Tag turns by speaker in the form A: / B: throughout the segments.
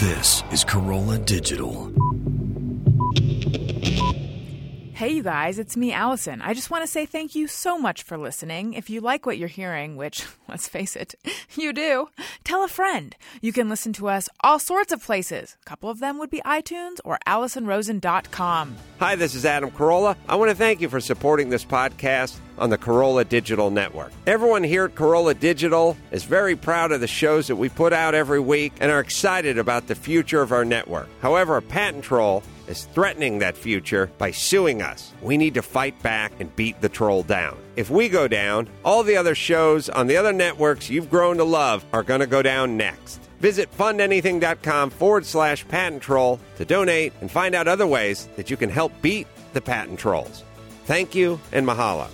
A: This is Corolla Digital.
B: Hey, you guys, it's me, Allison. I just want to say thank you so much for listening. If you like what you're hearing, which, let's face it, you do, tell a friend. You can listen to us all sorts of places. A couple of them would be iTunes or AllisonRosen.com.
C: Hi, this is Adam Carolla. I want to thank you for supporting this podcast on the Corolla Digital Network. Everyone here at Corolla Digital is very proud of the shows that we put out every week and are excited about the future of our network. However, a patent troll is threatening that future by suing us. We need to fight back and beat the troll down. If we go down, all the other shows on the other networks you've grown to love are going to go down next. Visit fundanything.com forward slash patent troll to donate and find out other ways that you can help beat the patent trolls. Thank you and mahalo.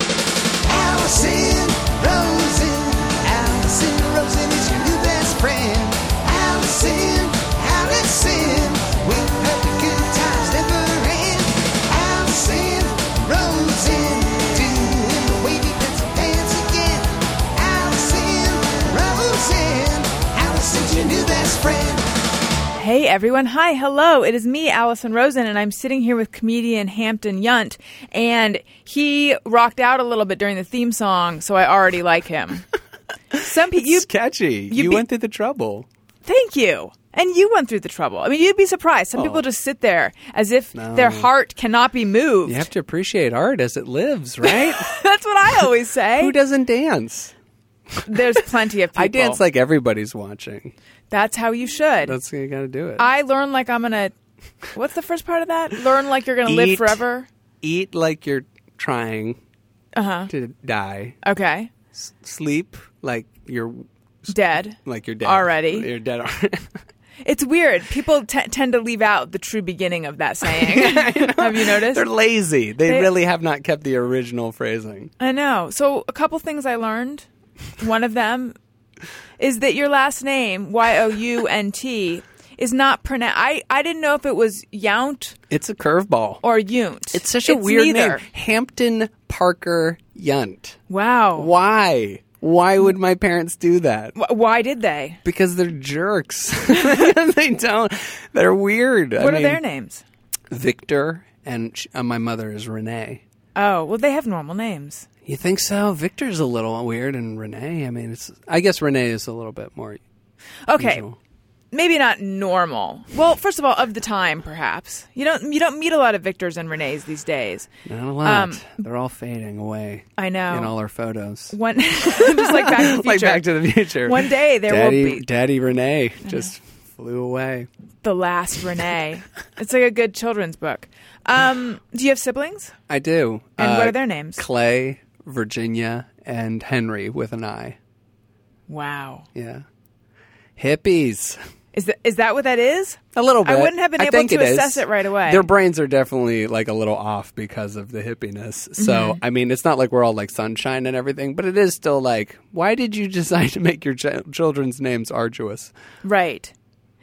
D: Allison Rosen. Allison Rosen is your new best friend. Allison, Allison, with her the good times never end. Allison Rosen, doing the wavy pencil dance again. Allison Rosen, Allison's your new best friend.
B: Hey everyone, hi, hello. It is me, Allison Rosen, and I'm sitting here with comedian Hampton Yunt, and he rocked out a little bit during the theme song, so I already like him. Some people, you,
E: It's catchy.
B: you
E: You,
B: be-
E: went through the trouble.
B: thank you. And you went through the trouble. I mean, you'd be surprised. Some
E: Oh.
B: people just sit there as if their heart cannot be moved.
E: You have to appreciate art as it lives, right?
B: That's what I always say.
E: Who doesn't dance?
B: There's plenty of people.
E: I dance like everybody's watching.
B: that's how you should.
E: That's how you got to do it.
B: I learn like I'm gonna. What's the first part of that? Learn like you're gonna live
E: Eat.
B: forever.
E: Eat like you're trying to die.
B: Okay,
E: Sleep like you're
B: dead.
E: like you're dead
B: already.
E: You're dead already.
B: It's weird. People t- tend to leave out the true beginning of that saying. Have you noticed?
E: They're lazy. They,
B: They-
E: really have not kept the original phrasing.
B: I know. So, a couple things I learned. One of them is that your last name, Y O U N T, is not pronounced. I, I didn't know if it was Yount
E: It's a curveball.
B: or Yunt.
E: It's such a weird
B: neither.
E: name. Hampton Parker Yunt.
B: Wow. Why-,
E: Why? Why would my parents do that?
B: Why did they?
E: because they're jerks. they don't. They're weird.
B: What are their names?
E: Victor and sh- uh, my mother is Renee.
B: Oh, well, they have normal names.
E: You think so? Victor's a little weird, and Renee. I mean, it's. I guess Renee is a little bit more.
B: Okay.
E: usual.
B: Maybe not normal. Well, first of all, of the time, perhaps you don't you don't meet a lot of Victors and Renees these days.
E: Not a lot.
B: Um,
E: they're all fading away.
B: I know.
E: In all our photos.
B: One, just like Back to the Future.
E: Like Back to the Future.
B: One day there
E: Daddy,
B: will be
E: Daddy Renee just flew away.
B: the last Renee. it's like a good children's book. Um, do you have siblings?
E: I do. Uh,
B: And what are their names?
E: Clay, Virginia, and Henry with an I.
B: Wow.
E: Yeah. Hippies.
B: Is that is that what that is?
E: A little
B: I
E: bit.
B: wouldn't have been
E: I
B: able
E: think
B: to
E: it is.
B: assess it right away.
E: Their brains are definitely like a little off because of the hippiness. So,
B: Mm-hmm.
E: I mean, it's not like we're all like sunshine and everything, but it is still like, why did you decide to make your ch- children's names arduous?
B: right.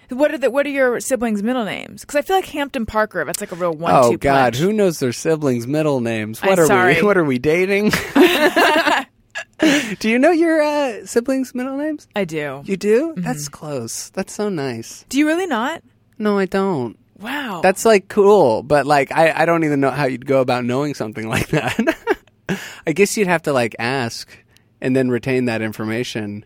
B: What are the what are your siblings' middle names? Because I feel like Hampton Parker. That's like a real one.
E: Oh
B: two
E: God,
B: punch.
E: who knows their siblings' middle names?
B: I'm
E: What are
B: sorry.
E: we? What are we dating? do you know your uh, siblings' middle names?
B: I do.
E: You do? That's close. That's so nice.
B: do you really not?
E: No, I don't.
B: Wow.
E: That's like cool, but like I, I don't even know how you'd go about knowing something like that. I guess you'd have to like ask and then retain that information.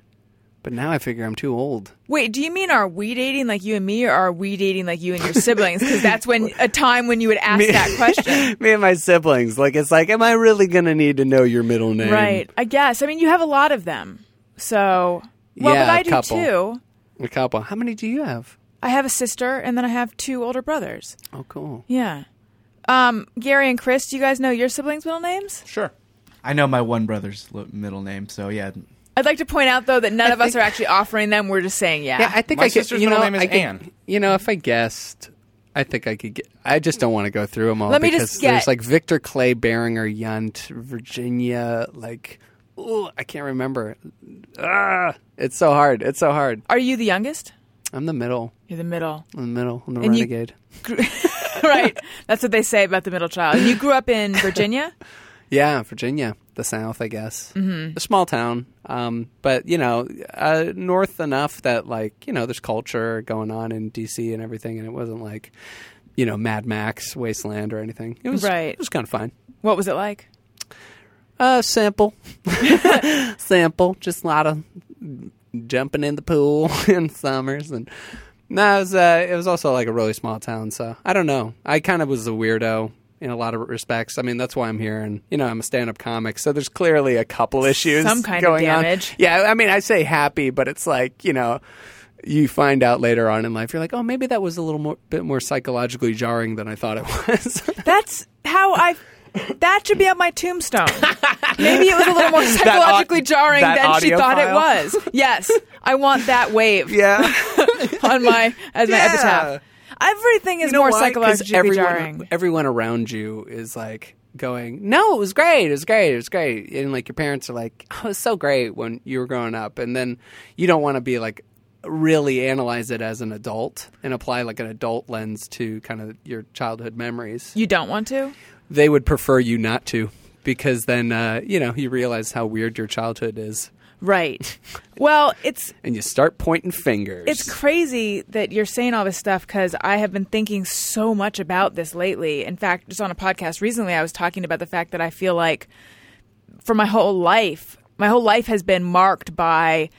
E: But now I figure I'm too old.
B: Wait, do you mean are we dating like you and me, or are we dating like you and your siblings? Because that's when a time when you would ask that question,
E: Me and my siblings, like it's like, am I really gonna need to know your middle name?
B: right? I guess. I mean, you have a lot of them, so well,
E: Yeah,
B: but I
E: a
B: do
E: couple.
B: too.
E: A couple. How many do you have?
B: I have a sister, and then I have two older brothers.
E: Oh, cool.
B: Yeah. Um, Gary and Chris, do you guys know your siblings' middle names?
F: Sure. I know my one brother's li- middle name, so yeah.
B: I'd like to point out though that none of us are actually offering them. We're just saying yeah.
E: Yeah, I think
F: My
E: I could.
F: sister's
E: you know,
F: middle name is
E: I could-
F: Anne.
E: You know, if I guessed, I think I could get. I just don't want to go through them all
B: Let me
E: because
B: just get-
E: there's like Victor Clay Beringer Yunt, Virginia, like. Ooh, I can't remember. Ah, it's so hard. It's so hard.
B: are you the youngest?
E: I'm the middle.
B: You're the middle,
E: I'm the middle. I'm the
B: And you-
E: renegade.
B: right? That's what they say about the middle child. And you grew up in Virginia.
E: Yeah, Virginia, the South, I guess. Mm-hmm. A small town, um, but you know, uh, north enough that like you know, there's culture going on in D.C. and everything, and it wasn't like you know Mad Max wasteland or anything. It was
B: Right.
E: It was kind of fine.
B: What was it like?
E: Uh, sample, sample, just a lot of jumping in the pool in summers, and no, it was uh, it was also like a really small town, so I don't know. I kind of was a weirdo in a lot of respects. I mean, that's why I'm here, and you know, I'm a stand-up comic, so there's clearly a couple issues,
B: Some kind of
E: going on.
B: damage.
E: Yeah, I mean, I say happy, but it's like you know. You find out later on in life, you're like, oh, maybe that was a little more, bit more psychologically jarring than I thought it was.
B: That's how I. That should be on my tombstone. Maybe it was a little more
E: au-
B: psychologically jarring
E: that
B: than she
E: audio
B: thought it
E: file?
B: was. Yes, I want that wave
E: yeah.
B: on my as my
E: Yeah.
B: epitaph. Everything is
E: You know
B: more
E: why? 'Cause
B: psychologically
E: everyone,
B: jarring.
E: Everyone around you is like going, "No, it was great. It was great. It was great." And like your parents are like, "Oh, it was so great when you were growing up," and then you don't want to be like really analyze it as an adult and apply like an adult lens to kind of your childhood memories.
B: You don't want to.
E: They would prefer you not to because then uh, you know you realize how weird your childhood is,
B: Right. Well, it's
E: and you start pointing fingers.
B: it's crazy that you're saying all this stuff because I have been thinking so much about this lately. In fact, just on a podcast recently, I was talking about the fact that I feel like for my whole life, my whole life has been marked by,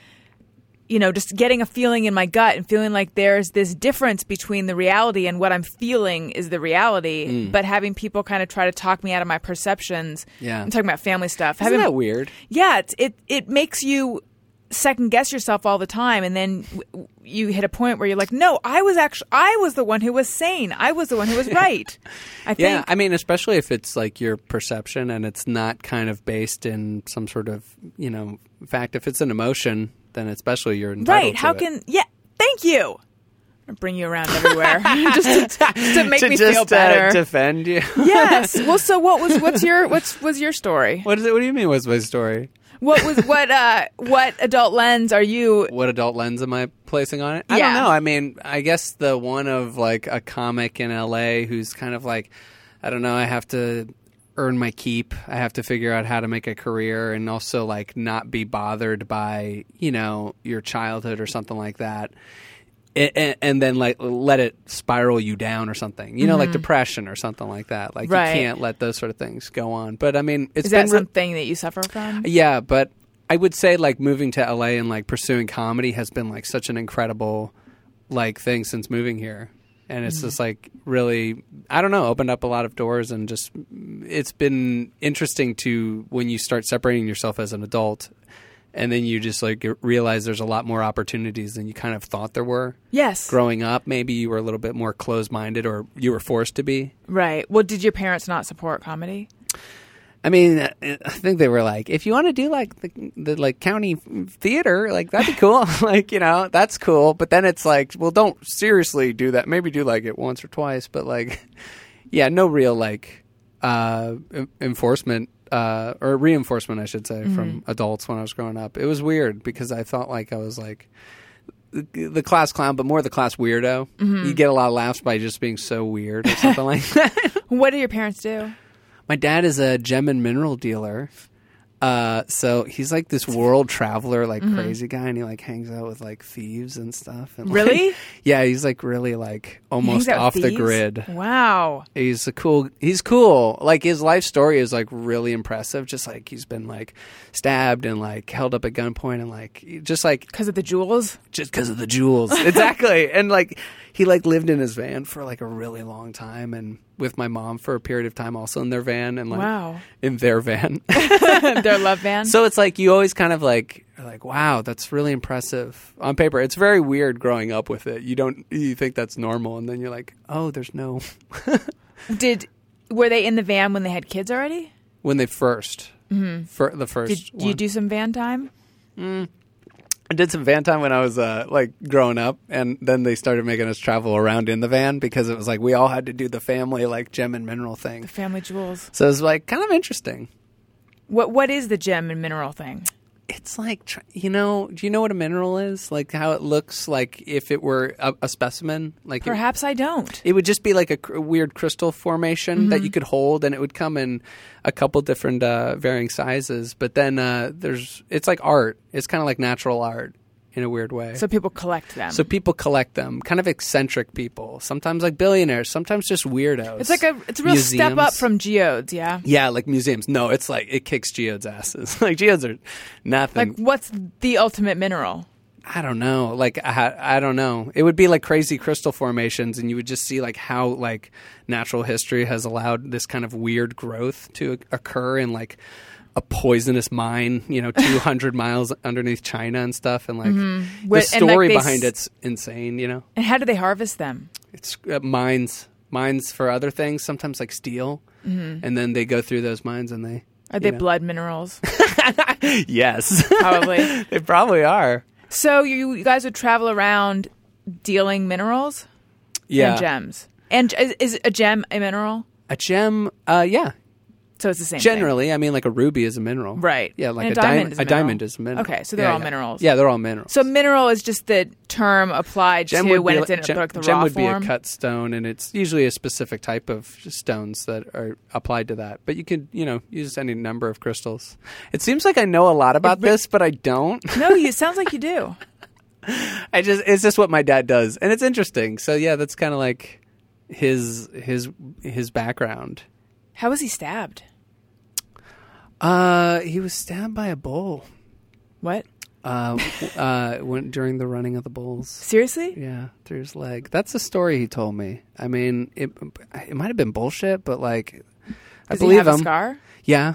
B: you know, just getting a feeling in my gut and feeling like there's this difference between the reality and what I'm feeling is the reality,
E: Mm.
B: but having people kind of try to talk me out of my perceptions.
E: Yeah.
B: I'm talking about family stuff.
E: Isn't
B: having
E: that weird?
B: yeah, it's, it it makes you second guess yourself all the time, and then w- w- you hit a point where you're like, no, I was actually I was the one who was sane. I was the one who was right. I think.
E: Yeah, I mean, especially if it's like your perception and it's not kind of based in some sort of you know fact. If it's an emotion, then especially you're entitled
B: right?
E: to
B: How
E: it.
B: can yeah? Thank you. I bring you around everywhere just, to, just to make
E: to
B: me
E: just
B: feel
E: uh,
B: better.
E: defend you?
B: yes. Well, so what was what's your what's was your story?
E: what is it? What do you mean? What's my story?
B: What was what uh what adult lens are you?
E: What adult lens am I placing on it? I
B: Yeah.
E: don't know. I mean, I guess the one of like a comic in LA who's kind of like, I don't know. I have to earn my keep. I have to figure out how to make a career and also like not be bothered by you know your childhood or something like that. and, and then like let it spiral you down or something, you know, like depression or something like that. Like
B: Mm-hmm. Right.
E: you can't let those sort of things go on. But I mean, it's
B: Is that
E: been re- Uh,
B: something that you suffer from?
E: yeah, but I would say like moving to LA and like pursuing comedy has been like such an incredible like thing since moving here. And it's just like really I don't know, opened up a lot of doors and just it's been interesting to when you start separating yourself as an adult and then you just like realize there's a lot more opportunities than you kind of thought there were.
B: Yes.
E: Growing up, maybe you were a little bit more closed-minded or you were forced to be.
B: Right. Well, did your parents not support comedy?
E: I mean, uh, I think they were like, if you want to do like the, the like county theater, like that'd be cool. like you know, that's cool. But then it's like, well, don't seriously do that. Maybe do like it once or twice, but like, yeah, no real like uh, en- enforcement uh, or reinforcement, I should say, from adults when I was growing up. It was weird because I felt like I was like the the class clown, but more the class weirdo. You get a lot of laughs by just being so weird or something like that.
B: What do your parents do?
E: My dad is a gem and mineral dealer. Uh, so he's like this world traveler, like
B: Mm-hmm.
E: crazy guy, and he like hangs out with like thieves and stuff. And, like-
B: Really?
E: yeah, he's like really like
B: Hangs
E: almost
B: out
E: off
B: with
E: the
B: thieves?
E: grid.
B: Wow.
E: He's a cool. He's cool. Like his life story is like really impressive. Just like he's been like stabbed and like held up at gunpoint and like just like
B: Because of the jewels?
E: just because of the jewels. exactly. And like he like lived in his van for like a really long time and with my mom for a period of time also in their van and like
B: Wow.
E: in their van.
B: Their love band?
E: so it's like you always kind of like are like wow, that's really impressive on paper. It's very weird growing up with it. You don't you think that's normal and then you're like, "Oh, there's no
B: did were they in the van when they had kids already?
E: when they 1st Fir- the first
B: Mm-hmm. Did you
E: one.
B: do some van time?
E: I did some van time when I was uh, like growing up, and then they started making us travel around in the van because it was like we all had to do the family like gem and mineral thing.
B: Family jewels.
E: So it was like kind of interesting.
B: What what is the gem and mineral thing?
E: it's like tr- you know do you know what a mineral is like how it looks like if it were a, a specimen like it-
B: Perhaps I don't.
E: it, would just be like a, cr- weird crystal formation that
B: Mm-hmm.
E: you could hold and it would come in a couple different uh, varying sizes but then uh, there's it's like art it's kind of like natural art in a weird way
B: So people collect them.
E: so people collect them, kind of eccentric people, sometimes like billionaires, sometimes just weirdos.
B: it's like a it's a real step up
E: Museums.
B: from geodes, yeah.
E: yeah, like museums. No, it's like it kicks geodes asses. like geodes are nothing.
B: Like what's the ultimate mineral?
E: I don't know. Like I, I don't know. It would be like crazy crystal formations, and you would just see like how like natural history has allowed this kind of weird growth to occur in like a poisonous mine, you know, two hundred miles underneath China and stuff, and like the
B: Wh- Mm-hmm. and, like,
E: story
B: they s-
E: behind it's insane. You know,
B: And how do they harvest them?
E: it's uh, mines, mines for other things, sometimes like steel,
B: Mm-hmm.
E: and then they go through those mines and they
B: Are they
E: know.
B: blood minerals?
E: yes,
B: Probably.
E: they probably are.
B: so you, you guys would travel around dealing minerals
E: Yeah,
B: and gems. And is, is a gem a mineral?
E: a gem. Uh, yeah,
B: So it's the same. thing.
E: Generally, I mean, like a ruby is a mineral,
B: Right.
E: Yeah, like
B: And
E: a,
B: a diamond
E: diamond.
B: is a
E: a diamond
B: mineral.
E: is a mineral.
B: Okay, so they're
E: Yeah,
B: all
E: yeah.
B: minerals.
E: Yeah, they're all minerals.
B: So mineral is just the term applied
E: gem
B: to
E: would
B: when
E: be
B: it's
E: like,
B: in
E: gem,
B: like the
E: gem
B: raw
E: would
B: form.
E: be a cut stone, and it's usually a specific type of stones that are applied to that. But you could, you know, use any number of crystals. It seems like I know a lot about this, but I don't.
B: no, you, it sounds like you do.
E: I just it's just what my dad does, and it's interesting. So yeah, that's kind of like his his his background.
B: How was he stabbed?
E: Uh, he was stabbed by a bull.
B: What?
E: Uh, w- uh, when, during the running of the bulls.
B: Seriously?
E: Yeah, through his leg. That's the story he told me. I mean, it it might have been bullshit, but like, I
B: Does
E: believe
B: he have
E: him.
B: a scar?
E: Yeah,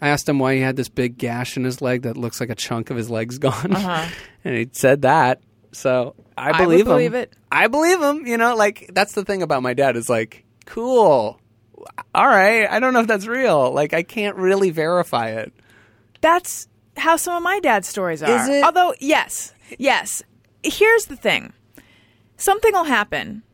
E: I asked him why he had this big gash in his leg that looks like a chunk of his leg's gone, and he said that. So I
B: Uh-huh. I would
E: believe him.
B: believe it.
E: I believe him. You know, like that's the thing about my dad is like, cool. All right, I don't know if that's real. Like, I can't really verify it.
B: That's how some of my dad's stories are.
E: Is it?
B: Although, yes, yes. Here's the thing something will happen,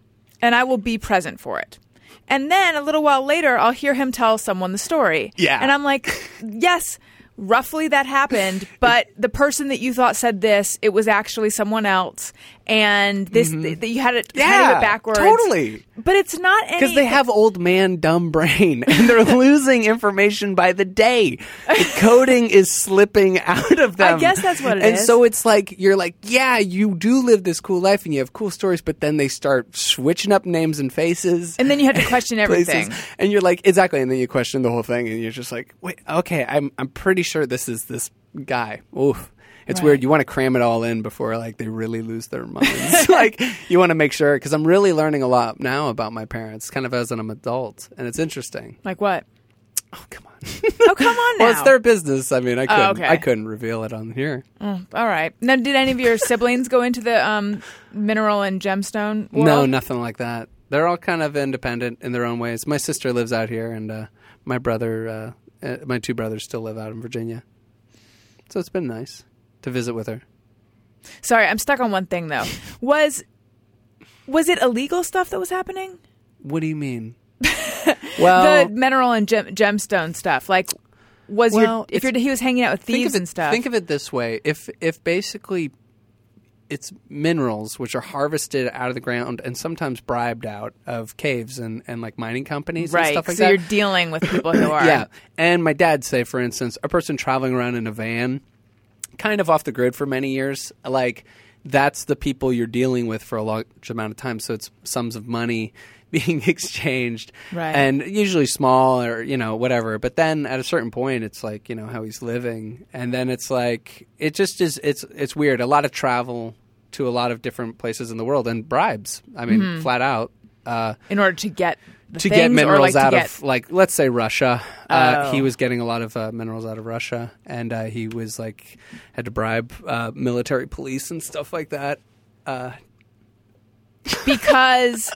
B: and I will be present for it. And then a little while later, I'll hear him tell someone the story.
E: Yeah.
B: And I'm like, yes, roughly that happened, but the person that you thought said this, it was actually someone else. And this, th- that you had it, had it
E: Mm-hmm. Yeah,
B: backwards.
E: totally.
B: But it's not any.
E: Because they have old man dumb brain and they're losing information by the day. The coding is slipping out of them.
B: guess that's what it
E: and
B: is.
E: so it's like you're like, yeah, you do live this cool life and you have cool stories, but then they start switching up names and faces.
B: And then you have to question
E: places.
B: everything.
E: And you're like, exactly. And then you question the whole thing and you're just like, wait, okay, I'm I'm pretty sure this is this guy. Oof. It's
B: Right.
E: weird. You want to cram it all in before like they really lose their minds. like you want to make sure because I'm really learning a lot now about my parents, kind of as an adult, and it's interesting.
B: Like what?
E: Oh come on!
B: Oh, come on now. Oh,
E: well, it's their business. I mean, I couldn't,
B: okay.
E: I couldn't reveal it on here.
B: All right. Now, did any of your siblings go into the um, mineral and gemstone? World?
E: No, nothing like that. They're all kind of independent in their own ways. My sister lives out here, and uh, my brother, uh, uh, my two brothers, still live out in Virginia. So it's been nice to visit with her.
B: Sorry, I'm stuck on one thing though. Was was it illegal stuff that was happening?
E: What do you mean? well, Oh.
B: the mineral and gem- gemstone stuff, like was your
E: Well,
B: if your
E: it's-
B: he was hanging out with
E: think
B: thieves
E: of it,
B: and stuff.
E: Think of it this way: if if basically it's minerals which are harvested out of the ground and sometimes bribed out of caves and, and like mining companies and
B: right.
E: stuff like
B: so
E: that.
B: you're dealing with people who are
E: Yeah. And my dad, say, for instance, a person traveling around in a van, kind of off the grid for many years, like that's the people you're dealing with for a large amount of time. So it's sums of money being exchanged.
B: Right.
E: And usually small or, you know, whatever. But then at a certain point, it's like, you know, how he's living. And then it's like, it just is, it's, it's weird. A lot of travel to a lot of different places in the world and bribes. I mean,
B: Mm-hmm.
E: flat out. Uh,
B: in order to get the
E: to
B: things
E: get minerals
B: or like
E: out
B: to get,
E: of like let's say Russia. Uh,
B: Oh.
E: He was getting a lot of uh, minerals out of Russia, and uh, he was like had to bribe uh, military police and stuff like that
B: because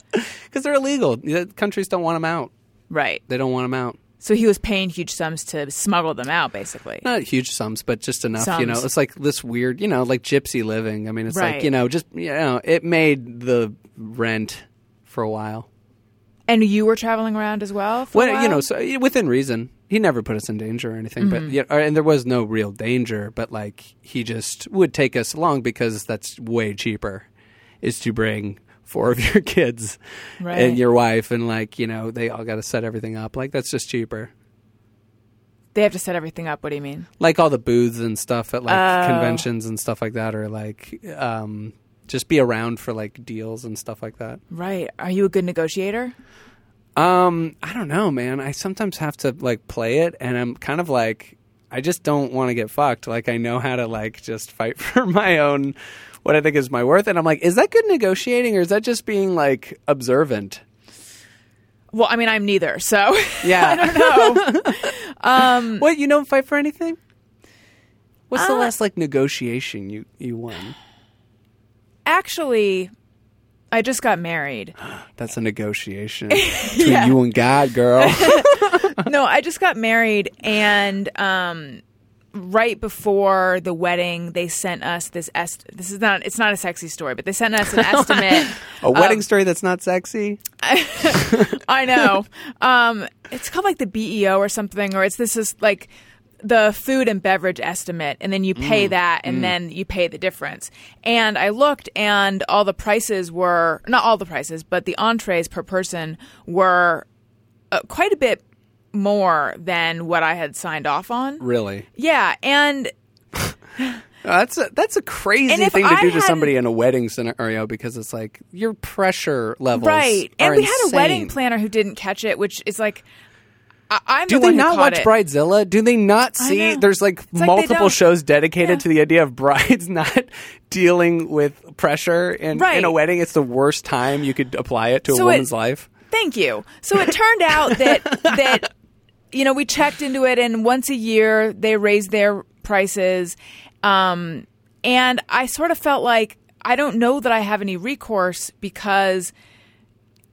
E: because they're illegal. The countries don't want them out.
B: right.
E: They don't want them out.
B: So he was paying huge sums to smuggle them out, basically.
E: Not huge sums, but just enough. You know,
B: Sums.
E: it's like this weird, you know, like gypsy living. I mean, it's
B: Right.
E: like you know, just you know, it made the rent for a while.
B: And you were traveling around as well. For a
E: Well,
B: while? Mm-hmm.
E: you know, so within reason. he never put us in danger or anything, but yeah, or- and there was no real danger. But like he just would take us along because that's way cheaper, is to bring four of your kids
B: Right.
E: and your wife and like you know they all got to set everything up. Like that's just cheaper.
B: They have to set everything up. What do you mean?
E: Like all the booths and stuff at like
B: Oh.
E: conventions and stuff like that, or like um, just be around for like deals and stuff like that.
B: Right. Are you a good negotiator?
E: Um, I don't know, man. I sometimes have to like play it, and I'm kind of like, I just don't want to get fucked. Like, I know how to like just fight for my own, what I think is my worth, and I'm like, is that good negotiating, or is that just being like observant?
B: Well, I mean, I'm neither. So
E: Yeah.
B: I don't know.
E: What you don't fight for anything? What's the last like negotiation you you won?
B: Actually, I just got married.
E: That's a negotiation between you and God, girl.
B: no, I just got married, and um, right before the wedding, they sent us this est- This is not. It's not a sexy story, but they sent us an estimate.
E: a wedding story that's not sexy.
B: I know. Um, it's called like the BEO or something, or it's this is like the food and beverage estimate, and then you
E: Mm,
B: pay that, and then you pay the difference. And I looked, and all the prices were not all the prices, but the entrees per person were uh, quite a bit more than what I had signed off on.
E: Really,
B: Yeah, and
E: Uh, That's a, that's a
B: And
E: crazy
B: if
E: thing to
B: I
E: do to
B: had-
E: somebody in a wedding scenario because it's like your pressure levels
B: right, and
E: are
B: we had a wedding
E: insane.
B: planner who didn't catch it, which is like. I- I'm
E: Do
B: the
E: they
B: one who
E: not
B: caught
E: watch
B: it.
E: Bridezilla? Do they not
B: I
E: see?
B: know.
E: There's like
B: like they
E: multiple
B: don't-
E: shows dedicated
B: Yeah.
E: to the idea of brides not dealing with pressure in, in
B: Right.
E: a wedding. It's the worst time you could apply it to a
B: So it-
E: woman's life.
B: Thank you. So it turned out that that you know we checked into it, and once a year they raise their prices, um, and I sort of felt like I don't know that I have any recourse because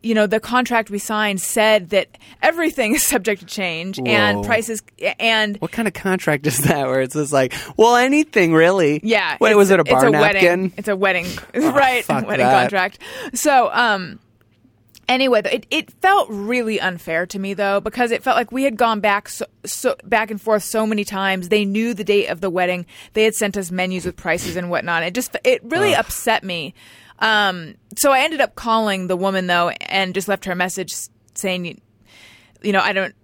B: you know the contract we signed said that everything is subject to change and
E: Whoa.
B: prices and
E: What kind of contract is that? Where it's just like, well, anything really?
B: Yeah.
E: What
B: it's-
E: was it? A bar
B: it's a
E: napkin? Oh,
B: Wedding, it's a wedding, right?
E: fuck
B: wedding
E: that.
B: contract. So, um, anyway, th- it, it felt really unfair to me though because it felt like we had gone back so, so back and forth so many times. They knew the date of the wedding. They had sent us menus with prices and whatnot. It just it really upset me. Um, so I ended up calling the woman though and just left her a message s- saying, you know, I don't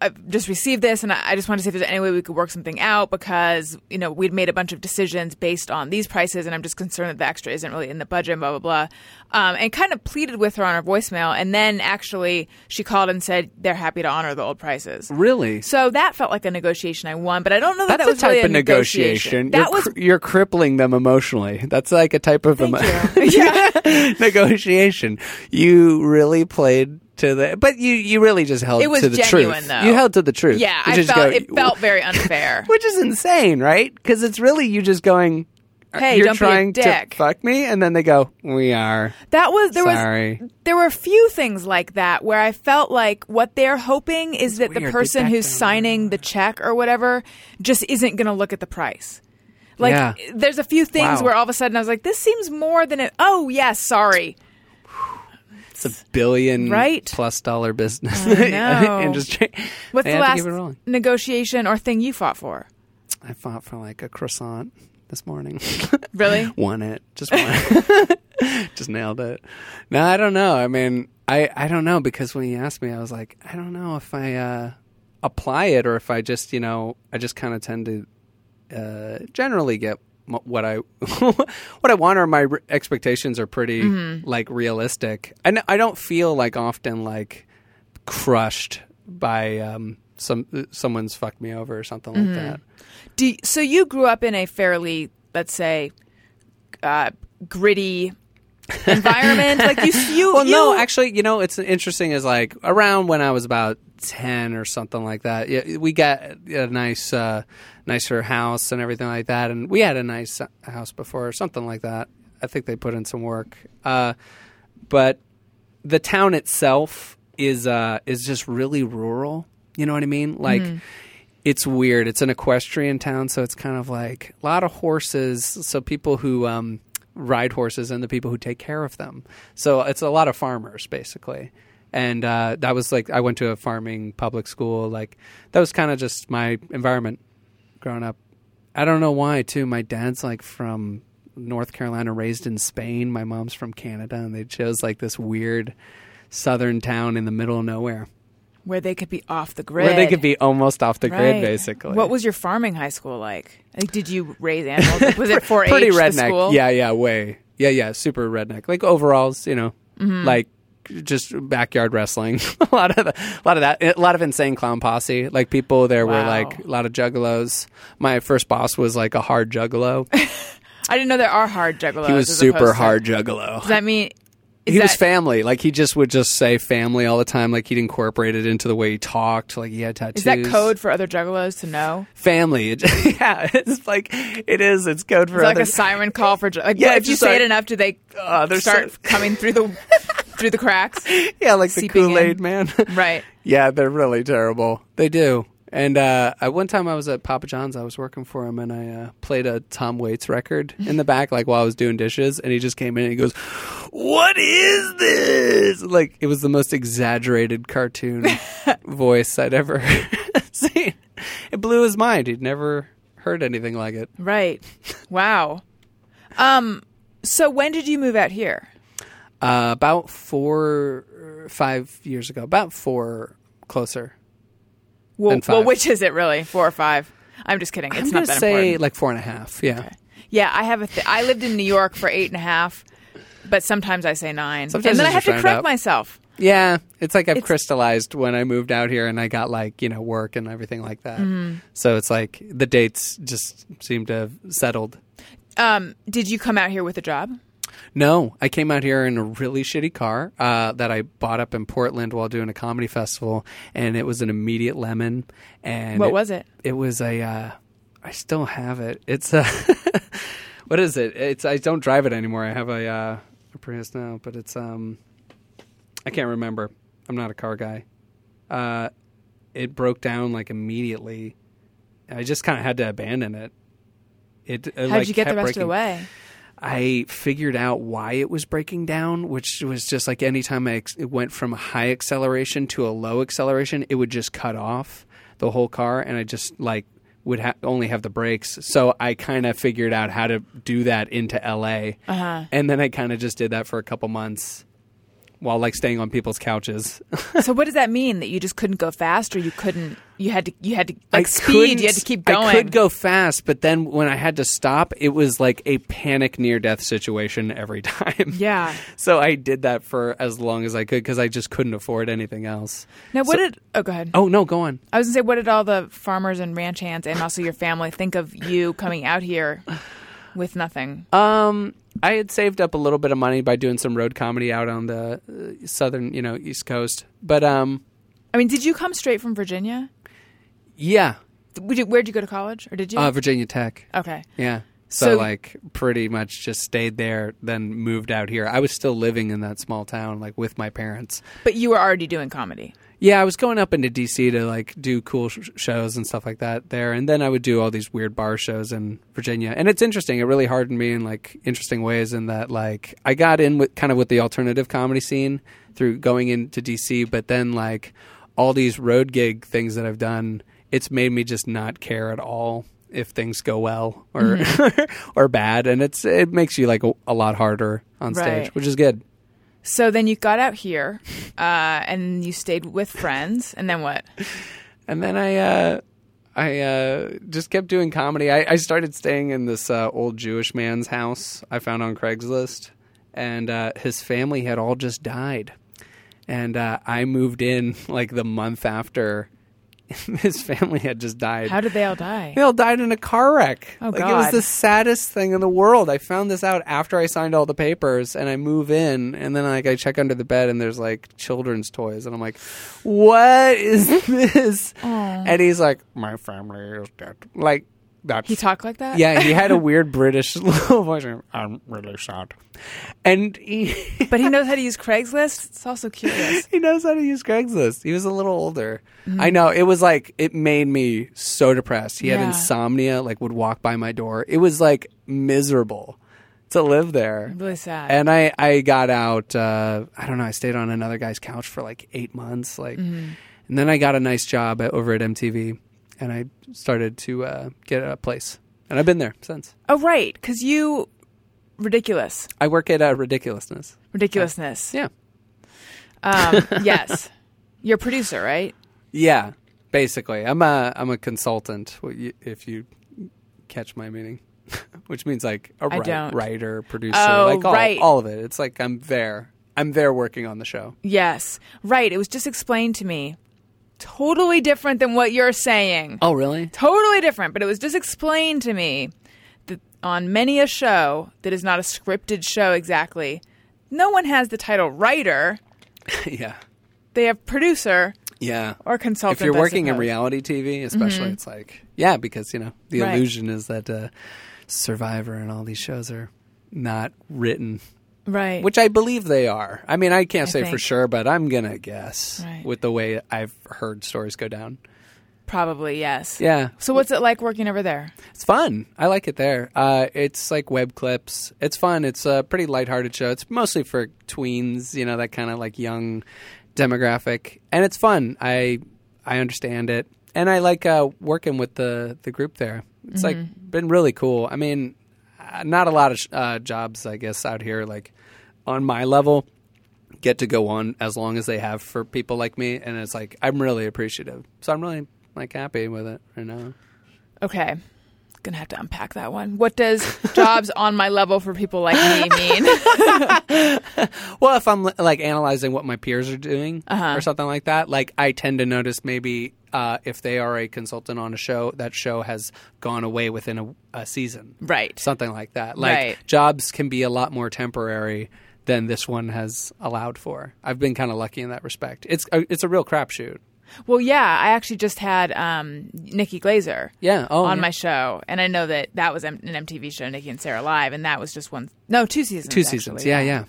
B: I've just received this and I I just wanted to see if there's any way we could work something out because, you know, we'd made a bunch of decisions based on these prices and I'm just concerned that the extra isn't really in the budget, blah, blah, blah. Um, and kind of pleaded with her on her voicemail. And then actually she called and said they're happy to honor the old prices.
E: Really?
B: So that felt like a negotiation I won, but I don't know that
E: That's
B: that was
E: a type
B: really a
E: of negotiation.
B: That
E: you're,
B: was.
E: cr- you're crippling them emotionally. That's like a type of emo-
B: Thank you. Yeah.
E: negotiation. You really played to the, but you you really just held
B: It was
E: to the
B: genuine,
E: truth.
B: though.
E: You held to the truth.
B: Yeah,
E: You
B: I
E: just
B: felt
E: go-
B: it felt very unfair.
E: which is insane, right? Because it's really you just going. uh,
B: Hey,
E: you're
B: don't be a
E: trying
B: dick.
E: to fuck me, and then they go, "We are."
B: That was there
E: Sorry.
B: was there were a few things like that where I felt like what they're hoping is that the
E: weird. They
B: person
E: back
B: who's
E: down.
B: signing the check or whatever just isn't going to look at the price. Like
E: Yeah.
B: there's a few things
E: Wow.
B: where all of a sudden I was like this seems more than it oh yes sorry.
E: It's a billion
B: Right.
E: plus dollar business
B: know.
E: industry.
B: What's
E: They
B: the
E: have to
B: last
E: keep it rolling.
B: negotiation or thing you fought for?
E: I fought for like a croissant this morning.
B: Really?
E: won it. Just won it. Just nailed it. No, I don't know. I mean, I, I don't know because when he asked me, I was like, I don't know if I uh, apply it or if I just, you know, I just kind of tend to uh, generally get m- what I what I want or my re- expectations are pretty like realistic. I n- I don't feel like often like crushed by um, some someone's fucked me over or something like that.
B: Do you- so you grew up in a fairly let's say uh, gritty environment like you you
E: Well, no,
B: you-
E: actually, you know, it's interesting. Is like around when I was about ten or something like that. Yeah, we got a nice, uh, nicer house and everything like that, and we had a nice house before or something like that. I think they put in some work, uh, but the town itself is uh, is just really rural. You know what I mean? Like. It's weird. It's an equestrian town, so it's kind of like a lot of horses. So people who um, ride horses and the people who take care of them. So it's a lot of farmers, basically. and uh, that was like I went to a farming public school. Like that was kind of just my environment growing up. I don't know why too. My dad's like from North Carolina, raised in Spain. My mom's from Canada, and they chose like this weird southern town in the middle of nowhere
B: where they could be off the grid.
E: where they could be almost off the
B: Right.
E: grid, basically.
B: What was your farming high school like? like did you raise animals? Was it 4-H?
E: pretty
B: the
E: redneck?
B: school?
E: Yeah, yeah, way. Yeah, yeah, super redneck. Like overalls, you know,
B: Mm-hmm.
E: like just backyard wrestling. a lot of the, a lot of that. A lot of insane clown posse. Like people there were
B: Wow.
E: like a lot of juggalos. My first boss was like a hard juggalo.
B: I didn't know there are hard juggalos.
E: he was
B: as opposed
E: super
B: to-
E: hard juggalo.
B: Does that mean? Is
E: he was
B: that-
E: family. Like he just would just say family all the time. Like he'd incorporate it into the way he talked. Like he had tattoos.
B: Is that code for other juggalos to know?
E: Family. It, yeah, it's like it is. It's code for
B: Is it like a
E: others.
B: siren call for ju- like
E: Yeah,
B: what- if
E: it's
B: you
E: just
B: say
E: like-
B: it enough, do they
E: Uh, there's
B: start
E: so-
B: coming through the through the cracks?
E: yeah, like the
B: seeping in.
E: Kool Aid man.
B: Right.
E: Yeah, they're really terrible. They do. And uh, I, one time I was at Papa John's, I was working for him, and I uh, played a Tom Waits record in the back, like while I was doing dishes. And he just came in and he goes, "What is this?" Like it was the most exaggerated cartoon voice I'd ever seen. It blew his mind. He'd never heard anything like it.
B: Right. Wow. Um so when did you move out here?
E: Uh, about four, five years ago, about four closer.
B: Well,
E: And five.
B: well which is it really? 4 or 5? I'm just kidding. It's
E: I'm
B: not
E: gonna
B: that
E: say
B: important.
E: like four and a half. Yeah.
B: Yeah, I have a. Th- I lived in New York for eight and a half, but sometimes I say nine,
E: Sometimes
B: and then
E: it's
B: I have
E: just
B: to
E: round
B: correct
E: up.
B: myself.
E: Yeah, it's like I've crystallized when I moved out here and I got like, you know, work and everything like that. So it's like the dates just seem to have settled.
B: Um, did you come out here with a job?
E: No, I came out here in a really shitty car uh, that I bought up in Portland while doing a comedy festival, and it was an immediate lemon. And
B: What was it?
E: It was a. Uh, I still have it. It's a. what is it? It's I don't drive it anymore. I have a, uh, a Prius now, but it's um. I can't remember. I'm not a car guy. Uh, it broke down like immediately. I just kind of had to abandon it. It, it
B: How did you get the rest of the way?
E: I figured out why it was breaking down, which was just like anytime I ex- it went from a high acceleration to a low acceleration, it would just cut off the whole car, and I just like would ha- only have the brakes. So I kind of figured out how to do that into LA, uh-huh. and then I kind of just did that for a couple months while like staying on people's couches.
B: so what does that mean that you just couldn't go fast, or you couldn't? You had to. You had to like
E: I
B: speed. You had
E: couldn't-
B: to keep going.
E: I could go fast, but then when I had to stop, it was like a panic near death situation every time.
B: Yeah.
E: So I did that for as long as I could because I just couldn't afford anything else.
B: Now what
E: So-
B: did? Oh, go ahead.
E: Oh no, go on.
B: I was gonna say, what did all the farmers and ranch hands, and also your family, think of you coming out here with nothing?
E: Um, I had saved up a little bit of money by doing some road comedy out on the uh, southern, you know, east coast. But um,
B: I mean, did you come straight from Virginia?
E: yeah,
B: Would you- Where'd you go to college, or did you?
E: uh, Virginia Tech.
B: okay.
E: Yeah. So,
B: So-
E: like pretty much just stayed there, then moved out here. I was still living in that small town, like with my parents.
B: But you were already doing comedy.
E: Yeah, I was going up into DC to like do cool sh- shows and stuff like that there, and then I would do all these weird bar shows in Virginia. And it's interesting; it really hardened me in like interesting ways. In that, like, I got in with kind of with the alternative comedy scene through going into DC, but then like all these road gig things that I've done, it's made me just not care at all if things go well or or bad, and it's it makes you like a, a lot harder on stage,
B: Right.
E: which is good.
B: So then you got out here, uh, and you stayed with friends, and then what?
E: and then I uh, I uh, just kept doing comedy. I, I started staying in this uh, old Jewish man's house I found on Craigslist, and uh, his family had all just died, and uh, I moved in like the month after his family had just died.
B: How did they all die?
E: They all died in a car wreck.
B: Oh,
E: like, It was
B: God.
E: the saddest thing in the world. I found this out after I signed all the papers, and I move in, and then like I check under the bed, and there's like children's toys, and I'm like, "What is this?" And he's like, "My family is dead." Like that's
B: He talked like that.
E: Yeah, he had a weird British little voice. I'm really sad, and he.
B: but he knows how to use Craigslist. It's also curious.
E: he knows how to use Craigslist. He was a little older. I know. It was like it made me so depressed. He
B: Yeah.
E: had insomnia. Like would walk by my door. It was like miserable. to live there.
B: Really sad.
E: And I, I got out. Uh, I don't know. I stayed on another guy's couch for like eight months. Like, and then I got a nice job at, over at MTV, and I started to uh, get a place. And I've been there since.
B: oh, right, because you ridiculous
E: I work at uh, Ridiculousness.
B: ridiculousness.
E: Yeah,
B: Um, yes, you're a producer, right?
E: yeah. Basically, I'm a I'm a consultant. what you- If you catch my meaning, which means like a
B: I
E: wri-
B: don't.
E: writer, producer,
B: Oh,
E: like all,
B: right.
E: all of it. It's like I'm there. I'm there working on the show.
B: Yes, right. It was just explained to me. Totally different than what you're saying.
E: Oh, really?
B: totally different, but it was just explained to me that on many a show that is not a scripted show exactly, no one has the title writer.
E: yeah.
B: They have producer.
E: Yeah.
B: Or consultant,
E: If you're
B: I
E: working
B: suppose.
E: in
B: Mm-hmm.
E: reality TV, especially, it's like, yeah, because, you know, the
B: Right.
E: illusion is that uh, Survivor and all these shows are not written,
B: Right.
E: which I believe they are. I mean, I can't say for
B: think.
E: sure, but I'm going to guess
B: Right.
E: with the way I've heard stories go down.
B: probably yes.
E: Yeah.
B: So what's it like working over there?
E: It's fun. I like it there. Uh, it's like web clips. It's fun. It's a pretty lighthearted show. It's mostly for tweens, you know, that kind of like young demographic, and it's fun. I I understand it, and I like uh, working with the the group there. It's like been really cool. I mean, uh, not a lot of sh- uh, jobs, I guess, out here like on my level get to go on as long as they have for people like me, and it's like I'm really appreciative. So I'm really like happy with it right now.
B: Okay. Gonna have to unpack that one. What does jobs on my level for people like me mean?
E: Well, if I'm like analyzing what my peers are doing
B: Uh-huh.
E: or something like that, like I tend to notice maybe uh, if they are a consultant on a show, that show has gone away within a, a season,
B: Right.
E: Something like that. Like
B: Right.
E: jobs can be a lot more temporary than this one has allowed for. I've been kind of lucky in that respect. It's a, it's a real crapshoot.
B: Well, yeah, I actually just had um, Nikki Glazer.
E: Yeah. Oh,
B: on
E: yeah.
B: my show, and I know that that was an MTV show, Nikki and Sarah Live, and that was just one, no, two seasons.
E: two seasons.
B: actually.
E: Yeah, yeah,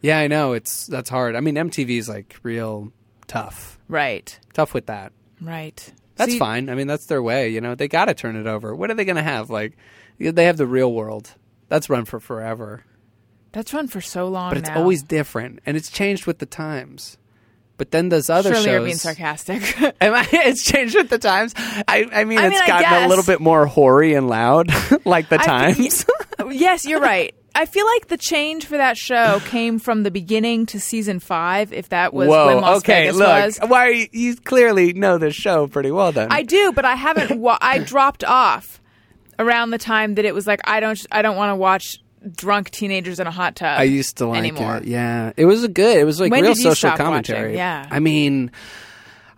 E: yeah. I know it's that's hard. I mean, MTV is like real tough,
B: Right,
E: tough with that.
B: right.
E: That's
B: So you-
E: fine. I mean, that's their way. You know, they got to turn it over. What are they going to have? Like, they have the real world. That's run for forever,
B: That's run for so long,
E: but it's
B: now.
E: always different, and it's changed with the times. But then there's other
B: surely
E: shows.
B: you're being sarcastic.
E: Am I, it's changed with the times. I, I mean,
B: I
E: it's
B: mean, I
E: gotten a
B: guess.
E: little bit more hoary and loud, like the
B: I think-
E: times.
B: Oh, yes, you're right. I feel like the change for that show came from the beginning to season five. If that was when
E: Whoa.
B: Las
E: Okay.
B: Vegas
E: look.
B: was,
E: Why are you, you clearly know this show pretty well then.
B: I do, but I haven't. Wa- I dropped off around the time that it was like I don't. I don't want to watch drunk teenagers in a hot tub.
E: I used to like
B: anymore.
E: it. Yeah, it was a good. It was like
B: When
E: real
B: did you
E: social
B: stop
E: commentary.
B: watching? Yeah.
E: I mean,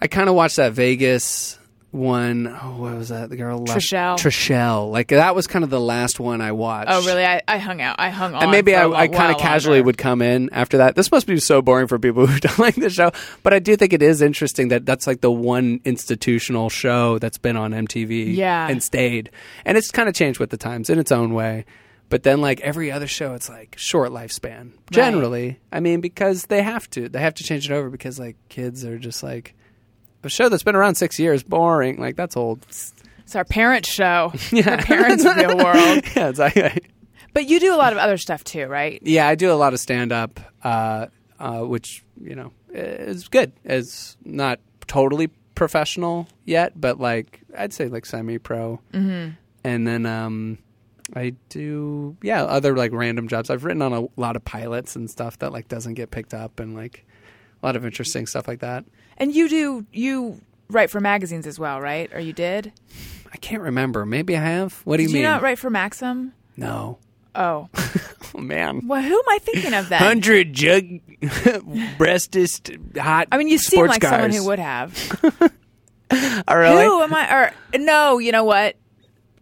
E: I kind of watched that Vegas one. Oh, what was that? The girl left-
B: Trishelle.
E: Trishelle. Like that was kind of the last one I watched.
B: Oh, really? I, I hung out. I hung on.
E: And maybe
B: for a
E: I,
B: lo-
E: I kind
B: while
E: of casually
B: longer.
E: would come in after that. This must be so boring for people who don't like the show, but I do think it is interesting that that's like the one institutional show that's been on MTV
B: Yeah.
E: and stayed. And it's kind of changed with the times in its own way. But then, like every other show, it's like short lifespan generally. I mean, because they have to, they have to change it over because like kids are just like a show that's been around six years, boring. Like that's old.
B: It's our parents' show. Yeah. Our parents' real world.
E: yeah, it's like,
B: But you do a lot of other stuff too, right?
E: Yeah, I do a lot of stand up, uh, uh, which you know is good. It's not totally professional yet, but like I'd say like semi pro. Mm-hmm. And then um, I do yeah other like random jobs. I've written on a lot of pilots and stuff that like doesn't get picked up, and like a lot of interesting stuff like that.
B: And you do you write for magazines as well, right? Or you did?
E: I can't remember. Maybe I have. What do you
B: Did
E: mean?
B: you not write for Maxim?
E: no.
B: Oh,
E: Oh man.
B: well, who am I thinking of then?
E: Hundred jug, breastist, hot.
B: I mean, you seem
E: sports
B: like someone
E: cars.
B: who would have.
E: Oh, really?
B: Who am I? Or no, you know what?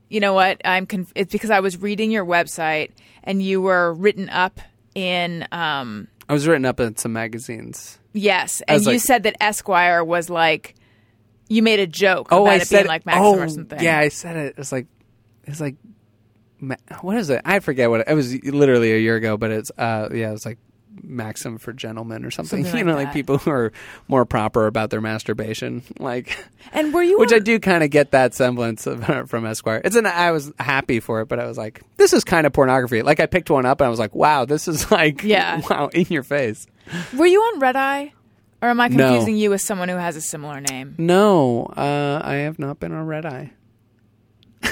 B: You know what? I'm. Conf- it's because I was reading your website and you were written up in. um
E: I was written up in some magazines.
B: Yes,
E: I
B: and
E: was
B: you
E: like-
B: said that Esquire was like you made a joke
E: Oh,
B: about it being like Maxim or something.
E: Yeah, I said it. It's like it's like ma- what is it? I forget what it, it was. Literally a year ago, but it's uh yeah, it was like maxim for gentlemen or something.
B: Something like
E: you know,
B: that.
E: like people who are more proper about their masturbation. Like,
B: And were you
E: Which
B: on-
E: I do kind of get that semblance of, from Esquire. It's an I was happy for it, but I was like, this is kind of pornography. Like I picked one up and I was like, wow, this is like
B: Yeah.
E: wow in your face.
B: Were you on Red Eye? Or am I
E: No.
B: confusing you with someone who has a similar name?
E: No, uh, I have not been on Red Eye.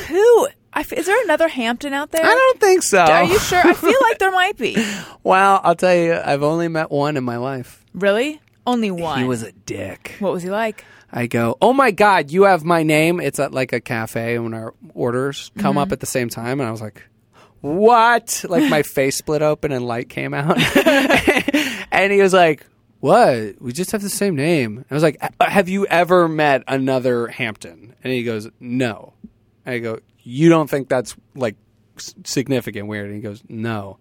B: Who? I f- is there another Hampton out there?
E: I don't think so.
B: Are you sure? I feel like there might be.
E: Well, I'll tell you, I've only met one in my life.
B: Really? Only one.
E: He was a dick.
B: what was he like?
E: I go, oh my god, you have my name. It's at like a cafe when our orders come up at the same time, and I was like, what? Like my face split open and light came out, and he was like, what? We just have the same name. I was like, "Uh, have you ever met another Hampton? And he goes, no. And I go, you don't think that's like s- significant weird? And he goes, no.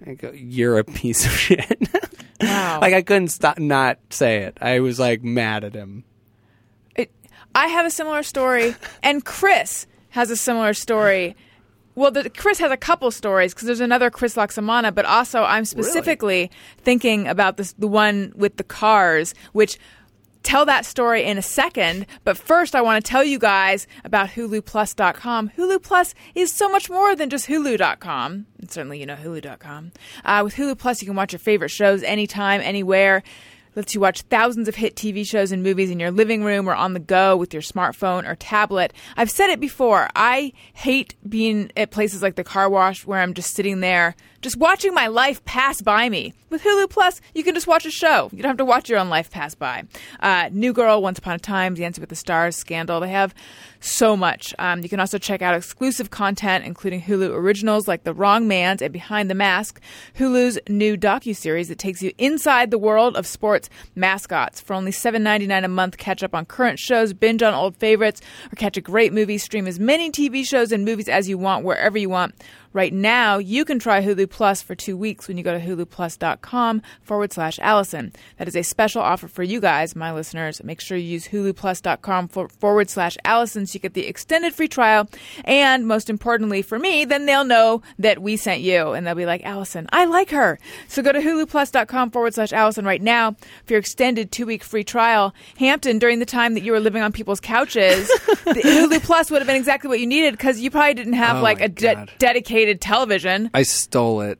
E: And I go, you're a piece of shit.
B: Wow.
E: like I couldn't stop not say it. I was like mad at him.
B: It, I have a similar story, and Chris has a similar story. Well, the, Chris has a couple stories because there's another Chris Loxamana, but also I'm specifically thinking about this the one with the cars, which tell that story in a second. But first, I want to tell you guys about HuluPlus.com. Hulu Plus is so much more than just Hulu.com. And certainly, you know Hulu.com. Uh, with Hulu Plus, you can watch your favorite shows anytime, anywhere lets you watch thousands of hit TV shows and movies in your living room or on the go with your smartphone or tablet. I've said it before, I hate being at places like the car wash where I'm just sitting there just watching my life pass by me. With Hulu Plus, you can just watch a show. You don't have to watch your own life pass by. Uh, New Girl, Once Upon a Time, The Answer with the Stars, Scandal. They have so much. Um, you can also check out exclusive content, including Hulu originals like The Wrong Man's and Behind the Mask, Hulu's new docuseries that takes you inside the world of sports mascots. For only $7.99 a month, catch up on current shows, binge on old favorites, or catch a great movie. Stream as many TV shows and movies as you want, wherever you want. Right now, you can try Hulu Plus for two weeks when you go to huluplus.com forward slash Allison. That is a special offer for you guys, my listeners. Make sure you use huluplus.com for, forward slash Allison so you get the extended free trial. And most importantly for me, then they'll know that we sent you and they'll be like, Allison, I like her. So go to huluplus.com forward slash Allison right now for your extended two week free trial. Hampton, during the time that you were living on people's couches, the Hulu Plus would have been exactly what you needed because you probably didn't have
E: Oh
B: like
E: my
B: a de-
E: God.
B: dedicated television.
E: I stole it.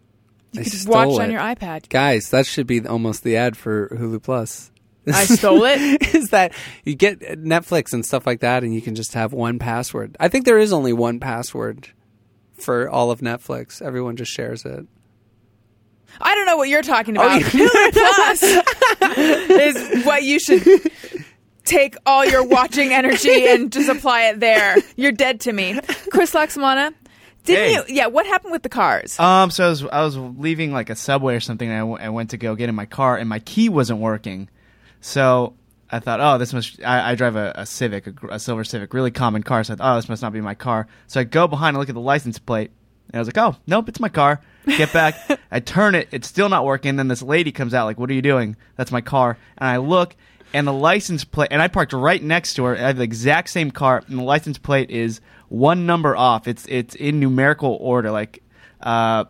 B: You
E: I
B: could just
E: stole
B: watch on
E: it.
B: your iPad.
E: Guys, that should be almost the ad for Hulu Plus.
B: I stole it.
E: Is that you get Netflix and stuff like that, and you can just have one password? I think there is only one password for all of Netflix. Everyone just shares it.
B: I don't know what you're talking
E: Oh,
B: about. Hulu Plus is what you should take all your watching energy and just apply it there. You're dead to me. Chris Laxmana, didn't
F: Hey.
B: you? Yeah, what happened with the cars?
E: Uh,
F: Um, so I was, I was leaving like a subway or something, and I, w- I went to go get in my car, and my key wasn't working. So I thought, oh, this must. I, I drive a, a Civic, a, gr- a silver Civic, really common car. So I thought, oh, this must not be my car. So I go behind and look at the license plate, and I was like, oh, nope, it's my car. Get back. I turn it. It's still not working. Then this lady comes out, like, what are you doing? That's my car. And I look, and the license plate, and I parked right next to her. I have the exact same car, and the license plate is one number off. It's it's in numerical order, like uh,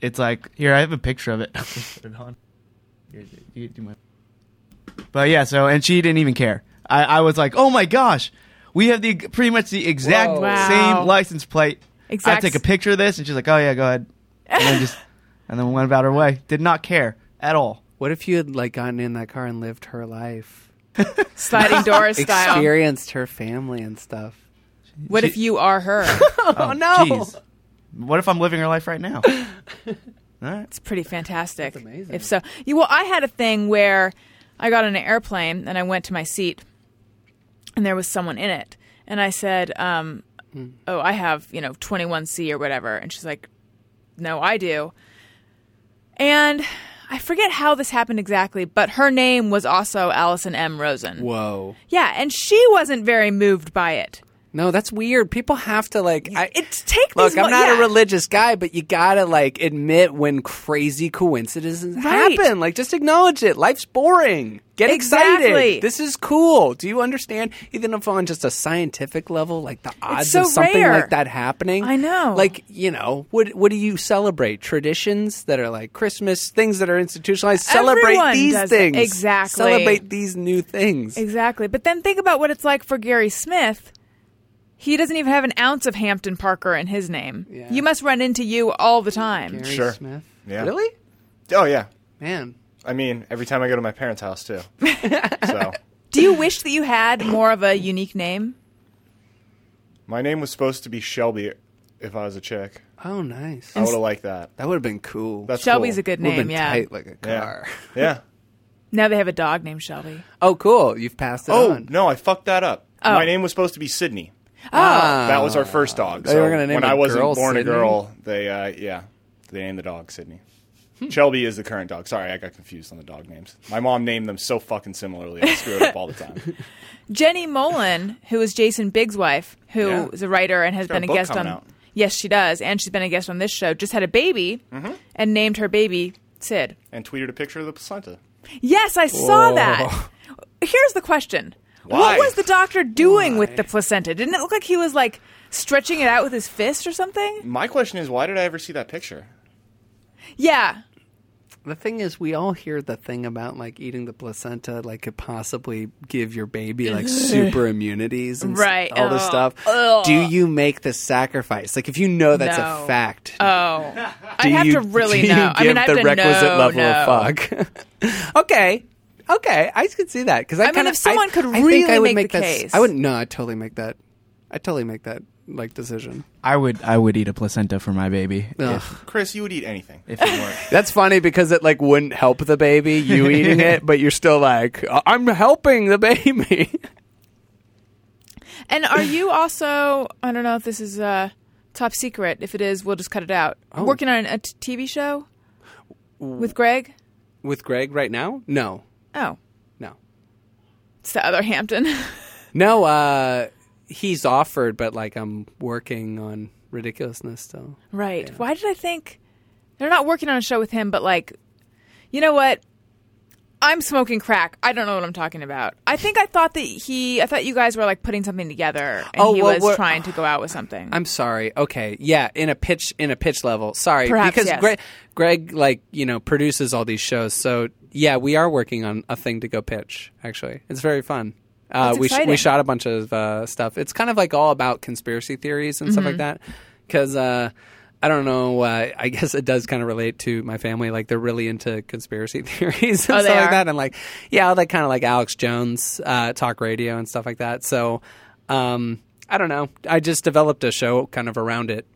F: it's like here I have a picture of it. I'll just put it on. Here, you do my- But yeah, so and she didn't even care. I, I was like, oh my gosh, we have the pretty much the exact
E: Whoa.
B: Wow.
F: same license plate. I
B: Exact-
F: take a picture of this, and she's like, oh yeah, go ahead, and then just and then went about her way. Did not care at all.
E: What if you had like gotten in that car and lived her life,
B: Sliding door style.
E: experienced her family and stuff?
B: What if you are her?
F: Oh,
E: no.
F: jeez. What if I'm living her life right now? all right.
B: It's pretty fantastic.
E: amazing.
B: If so, you, well, I had a thing where I got on an airplane and I went to my seat, and there was someone in it, and I said, um, "Oh, I have you know twenty one C or whatever," and she's like, "No, I do," and I forget how this happened exactly, but her name was also Allison M. Rosen.
E: Whoa!
B: Yeah, and she wasn't very moved by it.
E: No, that's weird. People have to like. I,
B: It's take
E: look.
B: these
E: I'm
B: mo-
E: not
B: yeah.
E: a religious guy, but you gotta like admit when crazy coincidences
B: Right.
E: happen. Like, just acknowledge it. Life's boring. Get
B: Exactly.
E: excited. This is cool. Do you understand? Even if on just a scientific level, like the odds
B: so
E: of something
B: rare.
E: like that happening.
B: I know.
E: Like, you know, what what do you celebrate? Traditions that are like Christmas, things that are institutionalized. Celebrate
B: Everyone
E: these
B: does it.
E: things.
B: Exactly.
E: Celebrate these new things.
B: Exactly. But then think about what it's like for Gary Smith. He doesn't even have an ounce of Hampton Parker in his name. You must run into you all the time.
E: Mary
G: Sure.
E: Smith.
G: Yeah.
E: Really?
G: Oh yeah.
E: Man.
G: I mean, every time I go to my parents' house too. so
B: Do you wish that you had more of a unique name?
G: my name was supposed to be Shelby if I was a chick.
E: Oh, nice.
G: I would have liked that.
E: That would have been cool.
G: That's
B: Shelby's
G: cool.
B: a good
E: Would've
B: name,
E: been
B: yeah.
E: tight like a car.
G: Yeah. yeah.
B: Now they have a dog named Shelby.
E: Oh, cool. You've passed it
G: Oh
E: on.
G: no, I fucked that up.
B: Oh. Ah.
G: My name was supposed to be Sydney. That was our first dog.
E: They
G: so
E: were gonna name
G: when
E: a
G: I wasn't
E: girl
G: born
E: Sydney?
G: a girl, they uh, yeah, they named the dog Sydney.
B: Hmm.
G: Shelby is the current dog. Sorry, I got confused on the dog names. My mom named them so fucking similarly. I screw it up all the time.
B: Jenny Mullen, who is Jason Biggs' wife, who is
G: Yeah.
B: a writer and has
G: got a
B: been a
G: book
B: guest on.
G: coming out.
B: Yes, she does, and she's been a guest on this show. Just had a baby
G: Mm-hmm.
B: and named her baby Sid.
G: And tweeted a picture of the placenta.
B: Yes, I saw that. Here's the question:
G: Why?
B: What was the doctor doing with the placenta? Didn't it look like he was like stretching it out with his fist or something?
G: My question is, why did I ever see that picture?
B: Yeah,
E: The thing is, we all hear the thing about like eating the placenta, like could possibly give your baby like super immunities and s-
B: Right.
E: all this
B: Ugh.
E: stuff. Do you make the sacrifice? Like, if you know that's
B: No.
E: a fact,
B: I have
E: you-
B: to really
E: do you
B: know. I mean,
E: give
B: I've
E: the
B: been
E: requisite
B: no,
E: level
B: no.
E: of fuck. okay, okay, I could see that because I,
B: I mean,
E: kinda-
B: if someone
E: I-
B: could
E: I think
B: really
E: I would
B: make the
E: that s-
B: case.
E: I would no, I totally make that. I totally make that like decision.
F: I would I would eat a placenta for my baby
E: Ugh.
F: if,
G: Chris, you would eat anything.
F: if it weren't.
E: That's funny because it like wouldn't help the baby you eating it, but you're still like, "I- I'm helping the baby.
B: And are you also? I don't know if this is uh, top secret. If it is, we'll just cut it out.
E: Oh.
B: Working on a t- TV show with Greg.
E: With Greg right now? No,
B: Oh,
E: no,
B: it's the other Hampton.
E: no. Uh, he's offered, but like I'm working on ridiculousness still.
B: right. Why did I think they're not working on a show with him? But like, you know what? I'm smoking crack. I don't know what I'm talking about. I think I thought that he. I thought you guys were like putting something together, and
E: Oh,
B: he
E: well,
B: was
E: we're-
B: trying to go out with something.
E: I'm sorry. Okay, yeah, in a pitch, in a pitch level. Sorry,
B: Perhaps,
E: because
B: yes.
E: Greg, Greg, like you know, produces all these shows. So yeah, we are working on a thing to go pitch. Actually, it's very fun. Uh,
B: That's
E: we sh- we
B: exciting.
E: shot a bunch of uh, stuff. It's kind of like all about conspiracy theories and
B: Mm-hmm.
E: stuff like that. Because uh, I don't know. Uh, I guess it does kind of relate to my family. Like they're really into conspiracy theories and
B: Oh, they
E: stuff like
B: are?
E: that. And like yeah, all that kind of like Alex Jones uh, talk radio and stuff like that. So um, I don't know. I just developed a show kind of around it.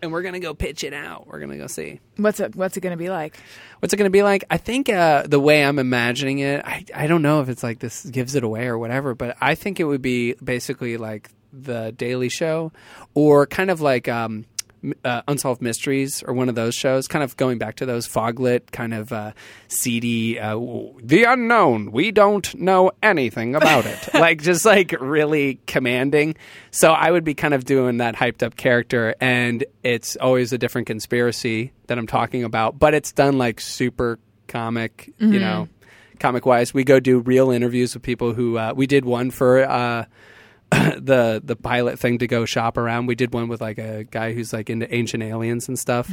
E: And we're gonna go pitch it out. We're gonna go see.
B: what's it? What's it going to be like?
E: What's it going to be like? I think uh, the way I'm imagining it, I, I don't know if it's like this gives it away or whatever, but I think it would be basically like the Daily Show or kind of like um, m- uh, Unsolved Mysteries or one of those shows, kind of going back to those foglit kind of uh, seedy, uh, w- the unknown. We don't know anything about it. like just like really commanding. So I would be kind of doing that hyped up character, and it's always a different conspiracy that I'm talking about, but it's done like super comic, you know, comic wise. We go do real interviews with people who uh, we did one for uh, the the pilot thing to go shop around. We did one with like a guy who's like into ancient aliens and stuff.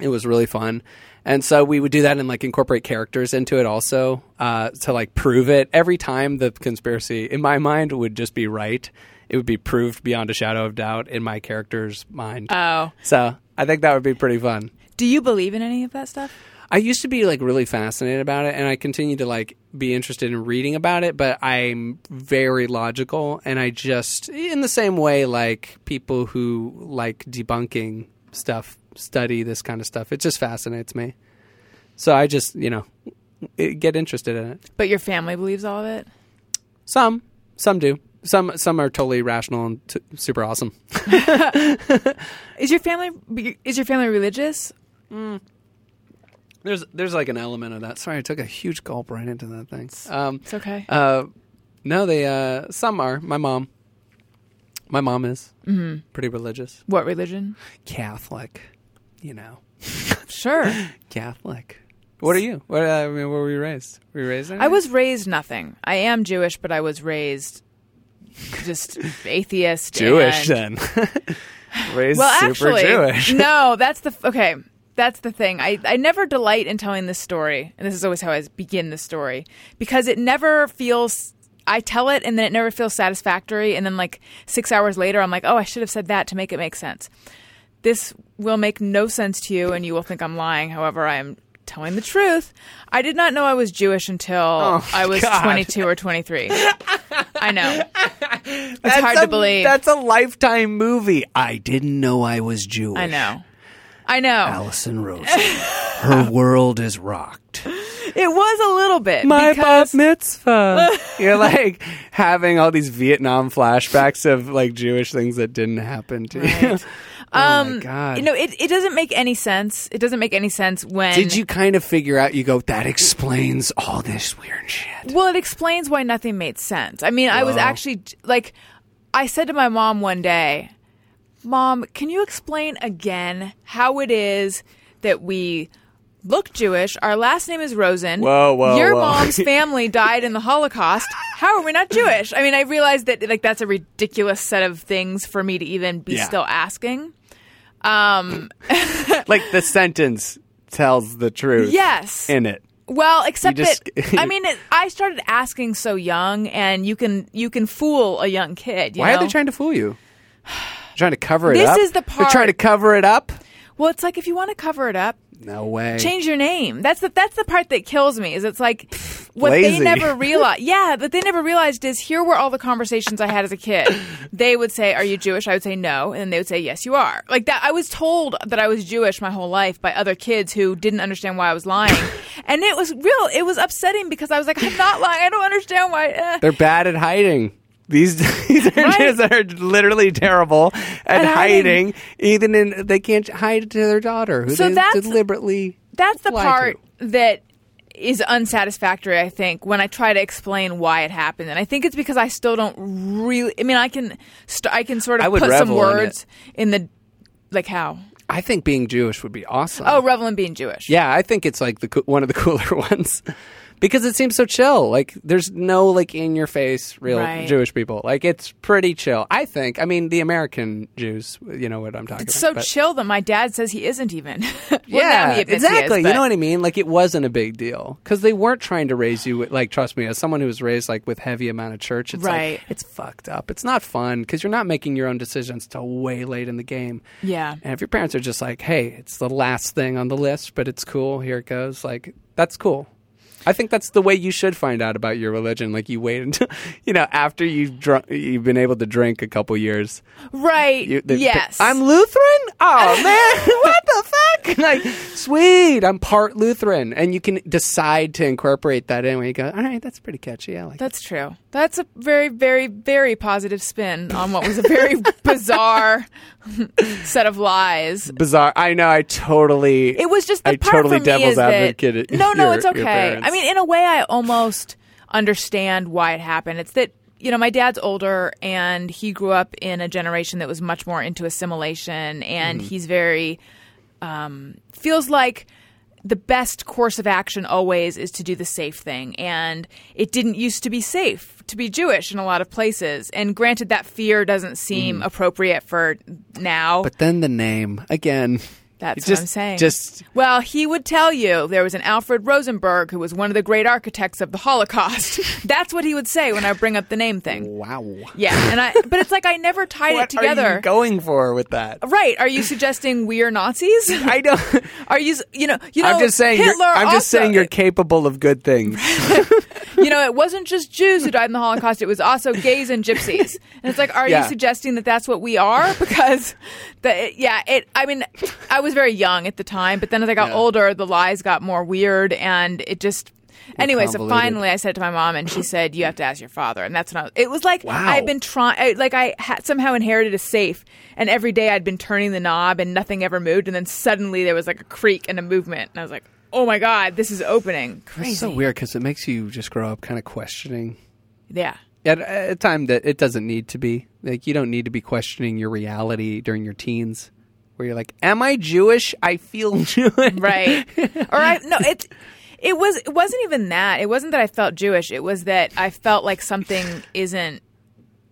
E: It was really fun, and so we would do that and like incorporate characters into it also uh, to like prove it. Every time the conspiracy in my mind would just be right. It would be proved beyond a shadow of doubt in my character's mind.
B: Oh,
E: so I think that would be pretty fun.
B: do you believe in any of that stuff?
E: I used to be like really fascinated about it, and I continue to like be interested in reading about it. But I'm very logical, and I just, in the same way, like people who like debunking stuff study this kind of stuff. It just fascinates me. So I just, you know, i- get interested in it.
B: But your family believes all of it.
E: Some, some do. Some, some are totally rational and t- super awesome.
B: Is your family is your family religious?
E: There's, there's like an element of that. Sorry, I took a huge gulp right into that thing. Um,
B: It's okay.
E: Uh, no, they uh, some are. My mom. My mom is
B: Mm-hmm.
E: pretty religious,
B: What religion?
E: Catholic. You know,
B: Sure.
E: Catholic. What are you? What uh, I mean, where were you raised? Were you raised? in
B: I was raised nothing. I am Jewish, but I was raised just atheist.
E: Jewish
B: and-
E: then. raised
B: Well,
E: super
B: actually,
E: Jewish.
B: no, that's the okay. That's the thing. I, I never delight in telling this story, and this is always how I begin the story because it never feels. I tell it, and then it never feels satisfactory. And then, like six hours later, I'm like, oh, I should have said that to make it make sense. This will make no sense to you, and you will think I'm lying. However, I am telling the truth. I did not know I was Jewish until I was
E: Oh God.
B: 22 or 23. I know. It's hard to believe.
E: That's a lifetime movie. I didn't know I was Jewish.
B: I know. I know.
E: Allison Rosen. Her world is rocked.
B: It was a little bit.
E: My
B: because,
E: bat mitzvah. You're like having all these Vietnam flashbacks of like Jewish things that didn't happen to you. oh my god.
B: Um, You know, it, it doesn't make any sense. It doesn't make any sense when.
E: Did you kind of figure out? You go. That explains all this weird shit.
B: Well, it explains why nothing made sense. I mean, I was actually like, I said to my mom one day, Mom, can you explain again how it is that we look Jewish? Our last name is Rosen.
E: Whoa, whoa,
B: Your
E: whoa.
B: mom's family died in the Holocaust. How are we not Jewish? I mean, I realized that like that's a ridiculous set of things for me to even be
E: Yeah.
B: still asking. Um,
E: Like the sentence tells the truth.
B: yes.
E: In it.
B: Well, except
E: You just-
B: that I mean, it, I started asking so young, and you can you can fool a young kid. you
E: Why are they
B: know?
E: trying to fool you? Trying to cover it
B: This
E: up.
B: is the
E: They're trying
B: part-
E: to cover it up.
B: Well, it's like if you want to cover it up,
E: No way.
B: change your name. That's the that's the part that kills me. Is it's like what
E: lazy.
B: they never realized. Yeah, what they never realized is here were all the conversations I had as a kid. They would say, "Are you Jewish?" I would say no, and then they would say, "Yes, you are." Like that. I was told that I was Jewish my whole life by other kids who didn't understand why I was lying, and it was real. It was upsetting because I was like, "I'm not lying. I don't understand why." eh."
E: They're bad at hiding. These these are
B: Right.
E: kids that are literally terrible at,
B: At hiding.
E: hiding. Even in they can't hide to their daughter, who
B: So
E: they
B: that's-
E: deliberately.
B: That's the
E: lie to.
B: part that is unsatisfactory, I think, when I try to explain why it happened. And I think it's because I still don't really. I mean, I can, st- I can sort
E: I
B: of
E: would
B: put some
E: revel in it.
B: words in, the, like how.
E: I think being Jewish would be awesome.
B: Oh, revel in being Jewish.
E: yeah, I think it's like the coo- one of the cooler ones because it seems so chill. Like there's no like in your face real
B: Right.
E: Jewish people. Like it's pretty chill. I think. I mean, the American Jews, you know what I'm talking
B: It's
E: about.
B: so
E: but-
B: chill that my dad says he isn't even. Well, now
E: yeah,
B: he admits he is,
E: exactly.
B: but-
E: you know what I mean? Like it wasn't a big deal because they weren't trying to raise you. with- Like, trust me, as someone who was raised like with heavy amount of church, it's
B: Right.
E: like it's fucked up. It's not fun because you're not making your own decisions till way late in the game.
B: Yeah.
E: And if your parents are just like, "Hey, it's the last thing on the list, but it's cool. Here it goes," like that's cool. I think that's the way you should find out about your religion. Like you wait until, you know, after you've drunk, you've been able to drink a couple years.
B: Right.
E: You- they-
B: yes.
E: I'm Lutheran? Oh, man. what the fuck? Like, sweet. I'm part Lutheran. And you can decide to incorporate that in when you go, all right, that's pretty catchy. I like that.
B: That's true. That's a very, very, very positive spin on what was a very bizarre set of lies.
E: Bizarre. I know. I totally.
B: It was just the
E: I
B: part
E: totally
B: for me
E: devil's
B: is that-
E: advocate.
B: no, no,
E: your-
B: it's
E: your
B: okay.
E: parents.
B: I mean, in a way, I almost understand why it happened. It's that you know my dad's older and he grew up in a generation that was much more into assimilation, and
E: Mm-hmm.
B: he's very um, feels like the best course of action always is to do the safe thing. And it didn't used to be safe to be Jewish in a lot of places. And granted, that fear doesn't seem appropriate for now.
E: Mm. But then the name, again.
B: That's what
E: just-
B: I'm saying.
E: just-
B: well, he would tell you there was an Alfred Rosenberg who was one of the great architects of the Holocaust. That's what he would say when I bring up the name thing.
E: Wow.
B: Yeah, and I but it's like I never tied it
E: What are
B: together.
E: you going for with that?
B: right? Are you suggesting we're Nazis?
E: I don't.
B: Are you s- you know you know
E: I'm just saying. You're,
B: Hitler
E: I'm just
B: also-
E: saying you're capable of good things.
B: you know it wasn't just Jews who died in the Holocaust. It was also gays and gypsies. And it's like, are
E: Yeah.
B: you suggesting that that's what we are? Because the it, yeah, it. I mean, I was very young at the time, but then as I got older, the lies got more weird, and it just. Anyway, so
E: convoluted.
B: finally I said it to my mom, and she said, "You have to ask your father." And that's when I. Was, it was like
E: Wow.
B: I had been trying, like I had somehow inherited a safe, and every day I'd been turning the knob, and nothing ever moved, and then suddenly there was like a creak and a movement, and I was like, "Oh my god, this is opening!" Crazy.
E: It's so weird because it makes you just grow up kind of questioning
B: Yeah.
E: at at a time that it doesn't need to be. Like you don't need to be questioning your reality during your teens, where you're like, "Am I Jewish? I feel Jewish."
B: right or i no it it was it wasn't even that it wasn't that i felt jewish it was that i felt like something isn't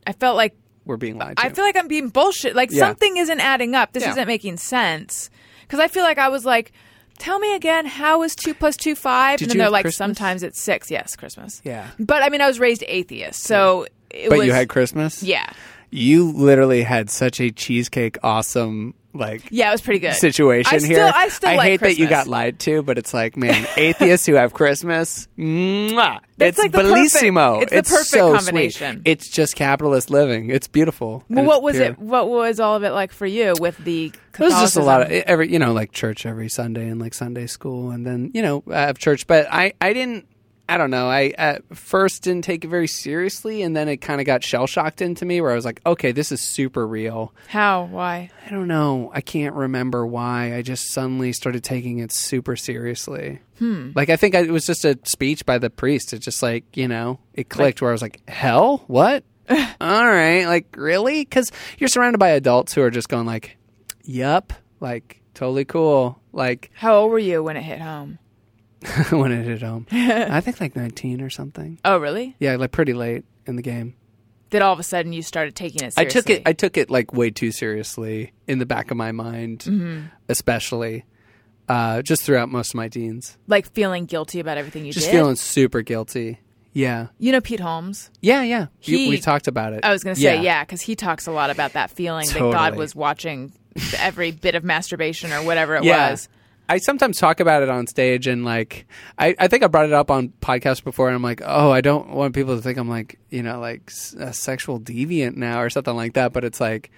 B: i felt like
E: We're being lied to.
B: i feel like i'm being bullshit like
E: Yeah.
B: something isn't adding up this
E: Yeah.
B: isn't making sense because i feel like i was like tell me again how is two plus two five
E: Did
B: and then
E: you
B: they're
E: have
B: like
E: Christmas?
B: sometimes it's six yes christmas
E: Yeah.
B: but i mean i was raised atheist so it
E: but
B: was
E: you had Christmas.
B: yeah
E: you literally had such a cheesecake awesome like
B: yeah it was pretty good
E: situation
B: I
E: here.
B: still, i still like
E: hate that you
B: Christmas.
E: got lied to, but it's like, man, atheists who have Christmas, mwah,
B: That's
E: it's
B: like the
E: bellissimo.
B: perfect- it's the perfect
E: so
B: combination.
E: Sweet. It's just capitalist living. It's beautiful.
B: well,
E: And
B: what
E: it's
B: was
E: pure.
B: it? What was all of it like for you with the?
E: It was just a
B: Catholicism?
E: lot of e, every, you know, like church every Sunday and like Sunday school, and then you know, I have church. But I, I didn't, I don't know. I at first didn't take it very seriously, and then it kind of got shell shocked into me, where I was like, okay, this is super real.
B: How? Why?
E: I don't know. I can't remember why. I just suddenly started taking it super seriously. Hmm. Like I think I, it was just a speech by the priest. It just like you know, it clicked where I was like, "Hell, what? All right, like really?" Because you're surrounded by adults who are just going like, "Yup, like totally cool." Like
B: How old were you when it hit home?
E: when it hit home, I think like 19 or something.
B: Oh, really?
E: Yeah, like pretty late in the game.
B: That all of a sudden you started taking it
E: I
B: seriously.
E: took it. I took it like way too seriously in the back of my mind,
B: Mm-hmm.
E: especially uh, just throughout most of my teens.
B: like feeling guilty about everything you
E: Just
B: did.
E: feeling super guilty. Yeah,
B: you know Pete Holmes.
E: yeah, yeah. You-
B: He-
E: we talked about it.
B: I was going to say yeah, because he talks a lot about that feeling that God
E: Totally.
B: was watching every bit of masturbation or whatever it
E: Yeah.
B: was.
E: I sometimes talk about it on stage and like I, I think I brought it up on podcasts before and I'm like, oh, I don't want people to think I'm like, you know, like s- a sexual deviant now or something like that. But it's like,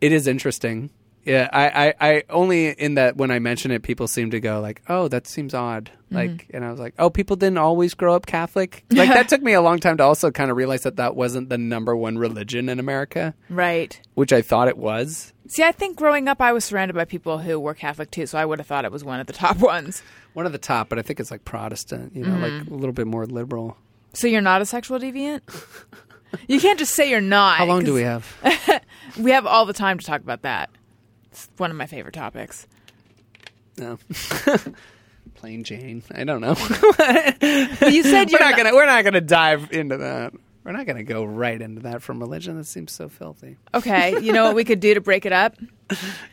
E: it is interesting. Yeah, I, I, I only in that when I mention it, people seem to go like, oh, that seems odd. Like, and I was like, oh, people didn't always grow up Catholic. Like that took me a long time to also kind of realize that that wasn't the number one religion in America,
B: Right.
E: which I thought it was.
B: See, I think growing up, I was surrounded by people who were Catholic too, so I would have thought it was one of the top ones.
E: One of the top, but I think it's like Protestant, you know, like
B: Mm-hmm.
E: a little bit more liberal.
B: So you're not a sexual deviant. You can't just say you're not.
E: How long do
B: 'cause
E: we have?
B: We have all the time to talk about that. It's one of my favorite topics.
E: No. Plain Jane. I don't know.
B: But you said
E: we're
B: you're
E: not gonna we're not gonna dive into that. We're not gonna go right into that from religion. That seems so filthy.
B: Okay, you know what we could do to break it up?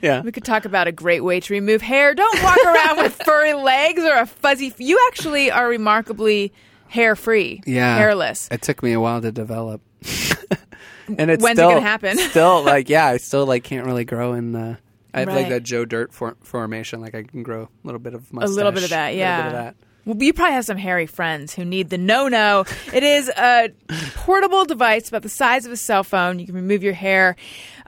E: Yeah.
B: We could talk about a great way to remove hair. Don't walk around with furry legs or a fuzzy. You actually are remarkably hair free,
E: Yeah.
B: hairless.
E: It took me a while to develop. and it's
B: When's it
E: still,
B: gonna happen?
E: still like yeah, I still like can't really grow in the I have like
B: Right.
E: that Joe Dirt for, formation. Like I can grow a little bit of mustache,
B: a little bit of that,
E: little
B: yeah.
E: bit of that.
B: Well, you probably have some hairy friends who need the no no. It is a portable device about the size of a cell phone. You can remove your hair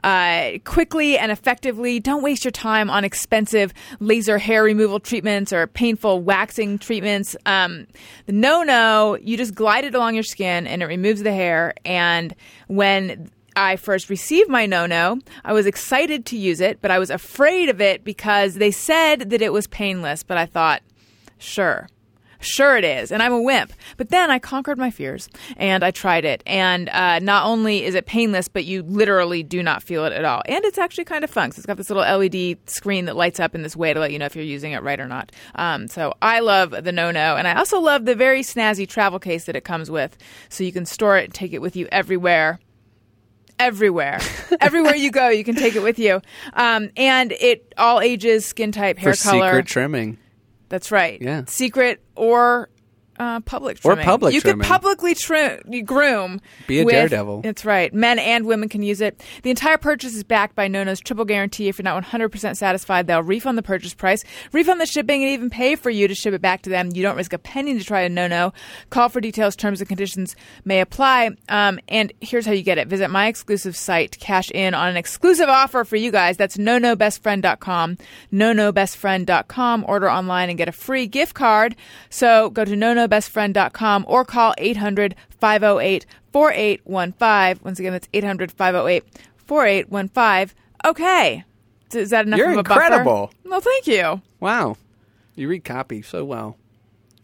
B: uh, quickly and effectively. Don't waste your time on expensive laser hair removal treatments or painful waxing treatments. Um, the no no, you just glide it along your skin and it removes the hair. And when I first received my no no, I was excited to use it, but I was afraid of it because they said that it was painless. But I thought, Sure. Sure, it is. And I'm a wimp. But then I conquered my fears and I tried it. And uh, not only is it painless, but you literally do not feel it at all. And it's actually kind of fun 'cause it's got this little LED screen that lights up in this way to let you know if you're using it right or not. Um, so I love the No No. And I also love the very snazzy travel case that it comes with. So you can store it and take it with you everywhere everywhere. everywhere you go, you can take it with you. Um, and it all ages, skin type, hair
E: For
B: color.
E: secret trimming.
B: That's right.
E: Yeah.
B: Secret or uh, public
E: Or
B: trimming.
E: public
B: You
E: trimming.
B: could publicly tri- you groom.
E: Be a
B: with-
E: daredevil.
B: That's right. Men and women can use it. The entire purchase is backed by Nono's triple guarantee. If you're not 100% satisfied, they'll refund the purchase price, refund the shipping, and even pay for you to ship it back to them. You don't risk a penny to try a Nono. Call for details. Terms and conditions may apply. Um, and here's how you get it. Visit my exclusive site to cash in on an exclusive offer for you guys. That's nonobestfriend.com. Nonobestfriend.com. Order online and get a free gift card. So go to nonobestfriend.com or call 800 508 4815. Once again, that's 800 508 4815. Okay. So Is that enough
E: You're
B: of a
E: incredible.
B: buffer? Well, thank you.
E: Wow. You read copy so well.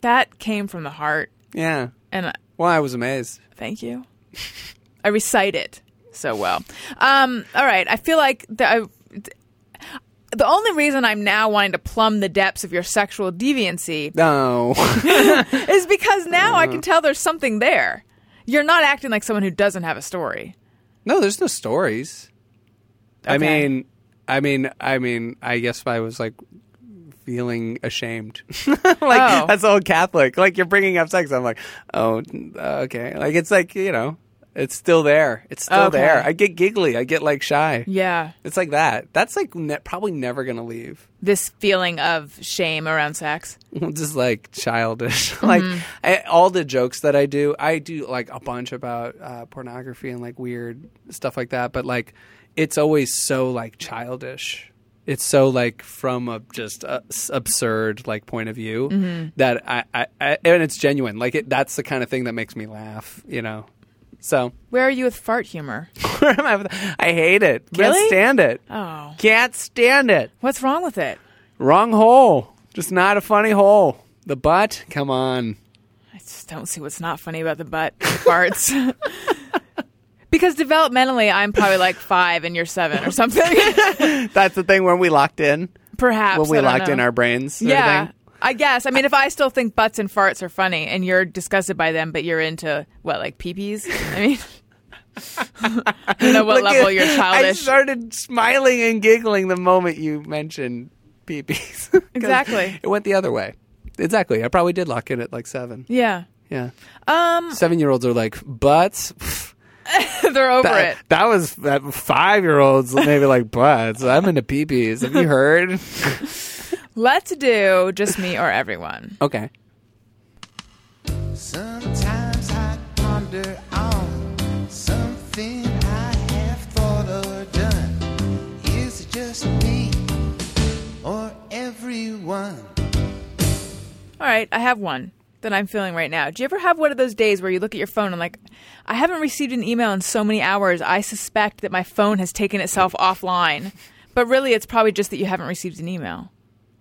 B: That came from the heart.
E: Yeah.
B: And uh,
E: Well, I was amazed.
B: thank you. I recite it so well. Um, all right. I feel like the, I, the only reason I'm now wanting to plumb the depths of your sexual deviancy
E: No.
B: is because now I can tell there's something there. You're not acting like someone who doesn't have a story.
E: No, there's no stories. I
B: Okay.
E: mean, I mean, I mean, I guess I was like feeling ashamed. like
B: Oh.
E: that's old Catholic. Like you're bringing up sex. I'm like, oh, uh, okay. Like it's like you know, it's still there. It's still
B: Okay.
E: there. I get giggly. I get like shy.
B: Yeah.
E: It's like that. That's like ne- probably never gonna leave.
B: This feeling of shame around sex.
E: just like childish. like
B: Mm-hmm.
E: I, all the jokes that I do, I do like a bunch about uh, pornography and like weird stuff like that. But like, it's always so like childish. It's so like from a just uh, s- absurd like point of view
B: Mm-hmm.
E: that I, I, I and it's genuine. Like it, that's the kind of thing that makes me laugh. You know. So
B: Where are you with fart humor?
E: where am I? with- I hate it. Can't
B: Really?
E: stand it.
B: Oh.
E: Can't stand it.
B: What's wrong with it?
E: Wrong hole. Just not a funny hole. The butt. Come on.
B: I just don't see what's not funny about the butt farts. because developmentally, I'm probably like five and you're seven or something.
E: That's the thing when we locked in,
B: Perhaps.
E: when we
B: I don't
E: locked in
B: know.
E: our brains. and
B: Yeah.
E: everything.
B: I guess. I mean, if I still think butts and farts are funny and you're disgusted by them, but you're into, what, like peepees? I mean, I don't know what
E: Look
B: level
E: at-
B: you're
E: I
B: childish.
E: started smiling and giggling the moment you mentioned peepees. 'Cause
B: Exactly.
E: It went the other way. Exactly. I probably did lock in at like seven.
B: yeah.
E: Yeah.
B: Um,
E: Seven year olds are like, butts. Pff,
B: they're over it.
E: That, that was that five year olds, maybe like, butts. I'm into peepees. Have you heard?
B: Let's do just me or everyone.
E: okay.
D: Sometimes I ponder on something I have thought or done. Is it just me or everyone?
B: All right, I have one that I'm feeling right now. Do you ever have one of those days where you look at your phone and like, I haven't received an email in so many hours. I suspect that my phone has taken itself offline, but really it's probably just that you haven't received an email.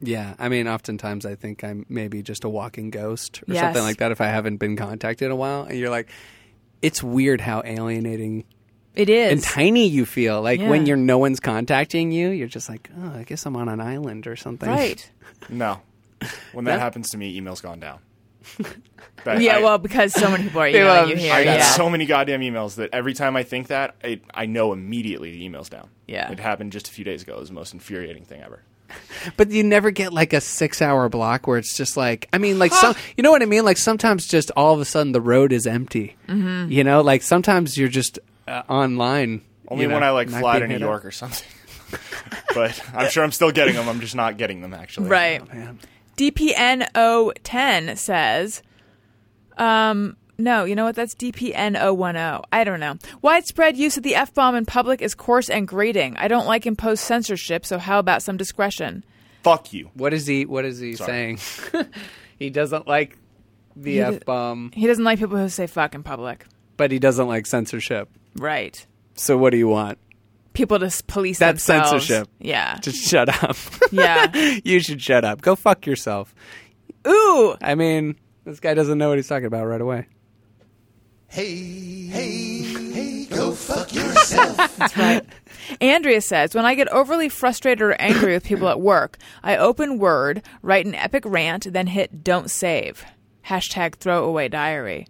E: Yeah, I mean, oftentimes I think I'm maybe just a walking ghost or
B: Yes.
E: something like that if I haven't been contacted in a while. And you're like, it's weird how alienating
B: It is.
E: and tiny you feel. Like when
B: Yeah.
E: you're no one's contacting you, you're just like, oh, I guess I'm on an island or something.
B: right.
G: No. When that happens to me, email's gone down. That-
B: Yeah,
G: I-
B: well, because so many people are emailing you
E: love-
B: here.
G: I got
B: yeah.
G: so many goddamn emails that every time I think that, I, I know immediately the email's down.
B: Yeah.
G: It happened just a few days ago. It was the most infuriating thing ever.
E: But you never get like a six hour block where it's just like, I mean, like, some, you know what I mean? Like sometimes just all of a sudden the road is empty. Mm-hmm. You know, like sometimes you're just uh, online.
G: Only
E: you know,
G: when I like
E: not
G: fly to
E: being
G: New
E: hit up.
G: York or something. but I'm sure I'm still getting them. I'm just not getting them actually.
B: Right. DPNO10 says, um, no, you know what? That's DPNO10. I don't know. Widespread use of the F bomb in public is coarse and grating. I don't like imposed censorship, so how about some discretion?
G: Fuck you.
E: What is he? What is he
G: Sorry.
E: saying? he doesn't like the
B: d-
E: f bomb,
B: He doesn't like people who say fuck in public.
E: but he doesn't like censorship.
B: Right.
E: So what do you want?
B: People just police
E: That's
B: themselves.
E: censorship.
B: Yeah.
E: Just shut up.
B: Yeah.
E: you should shut up. Go fuck yourself.
B: Ooh.
E: I mean, this guy doesn't know what he's talking about right away.
D: Hey, hey, hey, go fuck yourself.
B: Andrea says, when I get overly frustrated or angry with people at work, I open Word, write an epic rant, then hit don't save. Hashtag throwaway diary.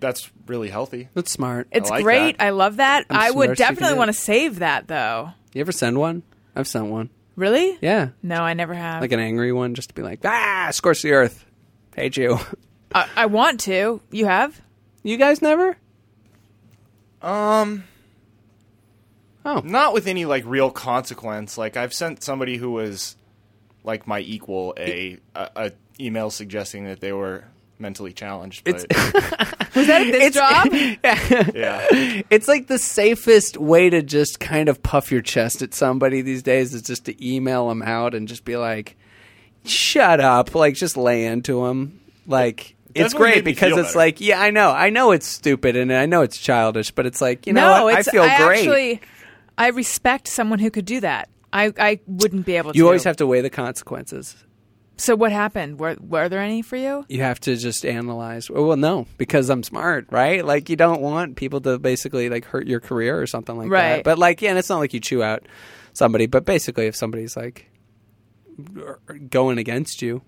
G: That's really healthy.
E: That's smart.
B: It's
G: like
B: great.
G: that.
B: I love that. i would
E: smart, so you can
B: definitely
E: do
B: want
E: it.
B: to save that though.
E: Oh. you ever send one? I've sent one.
B: Really?
E: Yeah,
B: No, I never have.
E: like an angry one, just to be like, ah, scorch the earth, hate you.
B: I, I want to. You have?
E: you guys never?
G: Um.
E: Oh.
G: Not with any like real consequence. Like I've sent somebody who was like my equal a a, a email suggesting that they were mentally challenged. But
B: Was that at this job?
G: yeah,
E: It's like the safest way to just kind of puff your chest at somebody these days is just to email them out and just be like, "Shut up!" Like just lay into them. Like it's
G: definitely
E: great
G: made me
E: because
G: feel
E: it's
G: better.
E: like, yeah, I know, I know it's stupid and I know it's childish, but it's like you know,
B: no,
E: what?
B: it's,
E: I feel great.
B: actually, I respect someone who could do that. I, I wouldn't be able to.
E: you always have to weigh the consequences.
B: So what happened? Were were there any for you?
E: You have to just analyze. "Oh, Well, well, no, because I'm smart, right? Like you don't want people to basically like hurt your career or something like
B: Right.
E: that. But like, yeah, and it's not like you chew out somebody, but basically, if somebody's like going against you,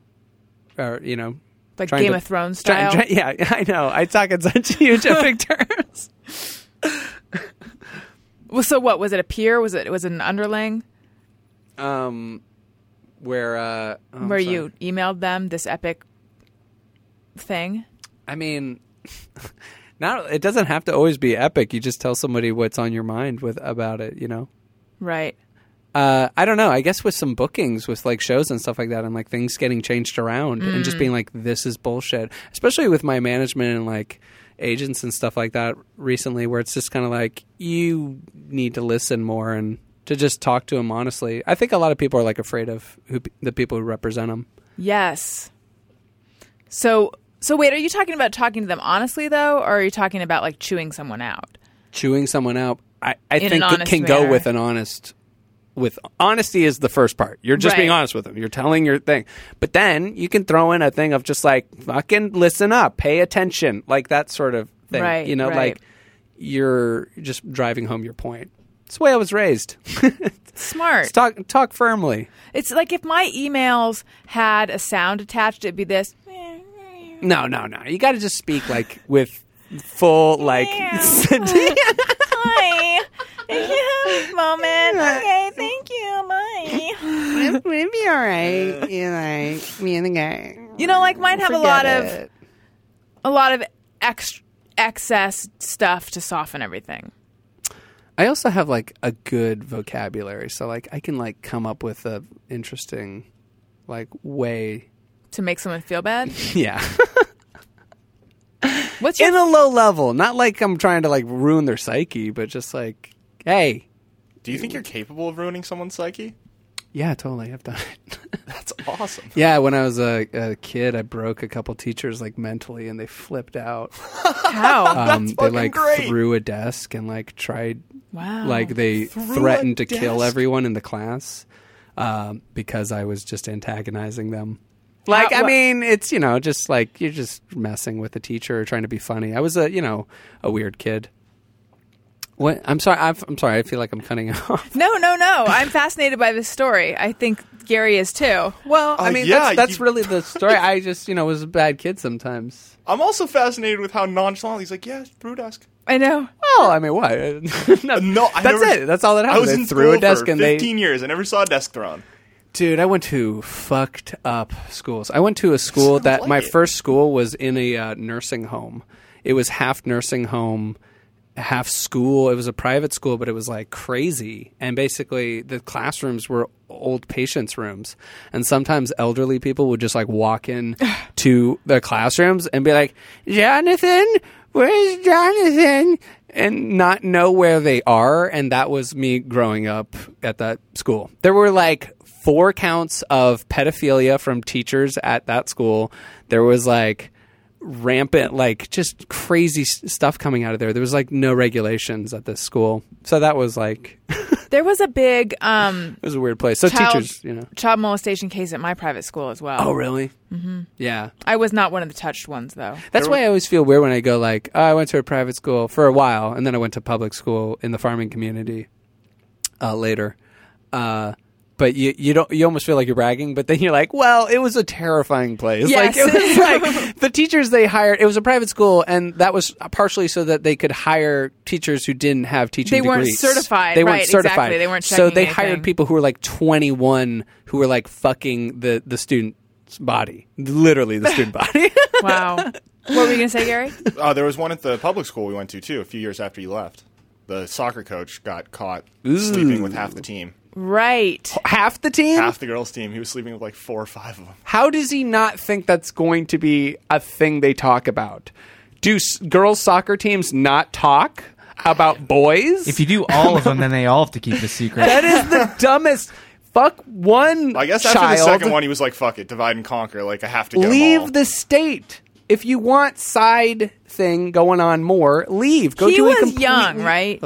E: or you know,
B: Like
E: trying
B: Game
E: to-
B: of Thrones
E: try-
B: style.
E: try- yeah, I know. I talk in such huge epic terms.
B: well, so what was it? A peer? Was it was it an underling
E: Um, where uh, oh, I'm
B: where
E: sorry.
B: you emailed them this epic thing?
E: I mean, not it doesn't have to always be epic. You just tell somebody what's on your mind with about it. You know.
B: Right.
E: Uh, I don't know. I guess with some bookings, with like shows and stuff like that, and like things getting changed around, and just being like, "This is bullshit." Especially with my management and like agents and stuff like that recently, where it's just kind of like you need to listen more and to just talk to them honestly. I think a lot of people are like afraid of who, the people who represent them.
B: Yes. So so wait, are you talking about talking to them honestly though, or are you talking about like chewing someone out?
E: chewing someone out i, I
B: In
E: think
B: an
E: it can
B: honest
E: go
B: manner.
E: with an honest with honesty is the first part you're just being
B: Right.
E: honest with them you're telling your thing but then you can throw in a thing of just like fucking listen up pay attention like that sort of thing
B: Right,
E: you know
B: right.
E: like you're just driving home your point it's the way i was raised
B: Smart.
E: talk talk firmly
B: It's like if my emails had a sound attached, it'd be this.
E: no no no you gotta just speak like with full like
B: Hi. moment. Okay, thank you. Bye.
H: It'd be all right. You know, like me and the guy.
B: You know, like mine have a
H: Forget
B: lot of
H: it.
B: a lot of ex- excess stuff to soften everything.
E: I also have like a good vocabulary, so like I can like come up with a interesting like way.
B: To make someone feel bad.
E: Yeah.
B: What's your
E: In a low level, not like I'm trying to like ruin their psyche, but just like, hey,
G: Do you think you're capable of ruining someone's psyche?
E: yeah, totally, I've done it.
G: That's awesome.
E: yeah, when I was a, a kid, I broke a couple teachers like mentally, and they flipped out.
B: how?
E: Um, they
G: fucking
E: like
G: great.
E: threw a desk and like tried
B: wow.
E: like they
G: Threw
E: threatened to
G: a
E: kill
G: desk?
E: everyone in the class um, because I was just antagonizing them.
B: How-
E: Like, I
B: what-
E: mean, it's you know, just like you're just messing with the teacher, or trying to be funny. I was a you know a weird kid. What? I'm sorry. I've, I'm sorry. I feel like I'm cutting you off.
B: No, no, no. I'm fascinated by this story. I think Gary is too.
E: Well, I
G: Uh,
E: mean,
G: yeah,
E: that's, that's
G: you-
E: really the story. I just you know was a bad kid sometimes.
G: I'm also fascinated with how nonchalant he's like, yeah, brew desk. Uh,
B: I know.
E: Well, I mean, what? no,
G: No, I
E: that's
G: never-
E: it. That's all that
G: I
E: happened.
G: was
E: They
G: in
E: threw
G: school
E: a desk
G: for
E: and they
G: 15 years. I never saw a desk thrown.
E: Dude, I went to fucked up schools. I went to a school that my first school was in a uh, nursing home. It was half nursing home, half school. It was a private school, but it was like crazy. And basically, the classrooms were old patients' rooms. And sometimes elderly people would just like walk in to the classrooms and be like, Jonathan, where's Jonathan? And not know where they are. And that was me growing up at that school. There were like four counts of pedophilia from teachers at that school. There was like rampant, like just crazy s- stuff coming out of there. There was like no regulations at this school. So that was like, it
B: There was a big um,
E: was a weird place. So
B: Child-
E: Oh, teachers, you know.
B: child molestation case at my private school as well.
E: Oh, really? Mm-hmm. Yeah.
B: I was not one of the touched ones though.
E: That's why I always feel weird when I go like, oh, I went to a private school for a while, and then I went to public school in the farming community uh, later. Uh, but you you don't you almost feel like you're bragging, but then you're like, well, it was a terrifying place.
B: Yes.
E: Like it was like the teachers they hired. It was a private school, and that was partially so that they could hire teachers who didn't have teaching.
B: They weren't
E: degrees.
B: certified,
E: They
B: right,
E: weren't certified.
B: exactly. They weren't
E: So
B: checking
E: they
B: anything.
E: hired people who were like 21 who were like fucking the the student's body, literally the student body.
B: Wow. what were you gonna say, Gary?
G: Uh, there was one at the public school we went to, too, a few years after you left. The soccer coach got caught sleeping with half the team.
B: Right.
E: half the team?
G: Half the girls' team. He was sleeping with like four or five of them.
E: How does he not think that's going to be a thing they talk about? Do s- girls' soccer teams not talk about boys?
F: If you do all of them, then they all have to keep the secret.
E: that is the dumbest. Fuck one.
G: I guess after
E: child,
G: the second one, he was like, fuck it, divide and conquer. Like, I have to get 'em all.
E: leave the state. If you want side thing going on more, leave. Go
B: he
E: do a
B: was
E: complete-
B: young, right?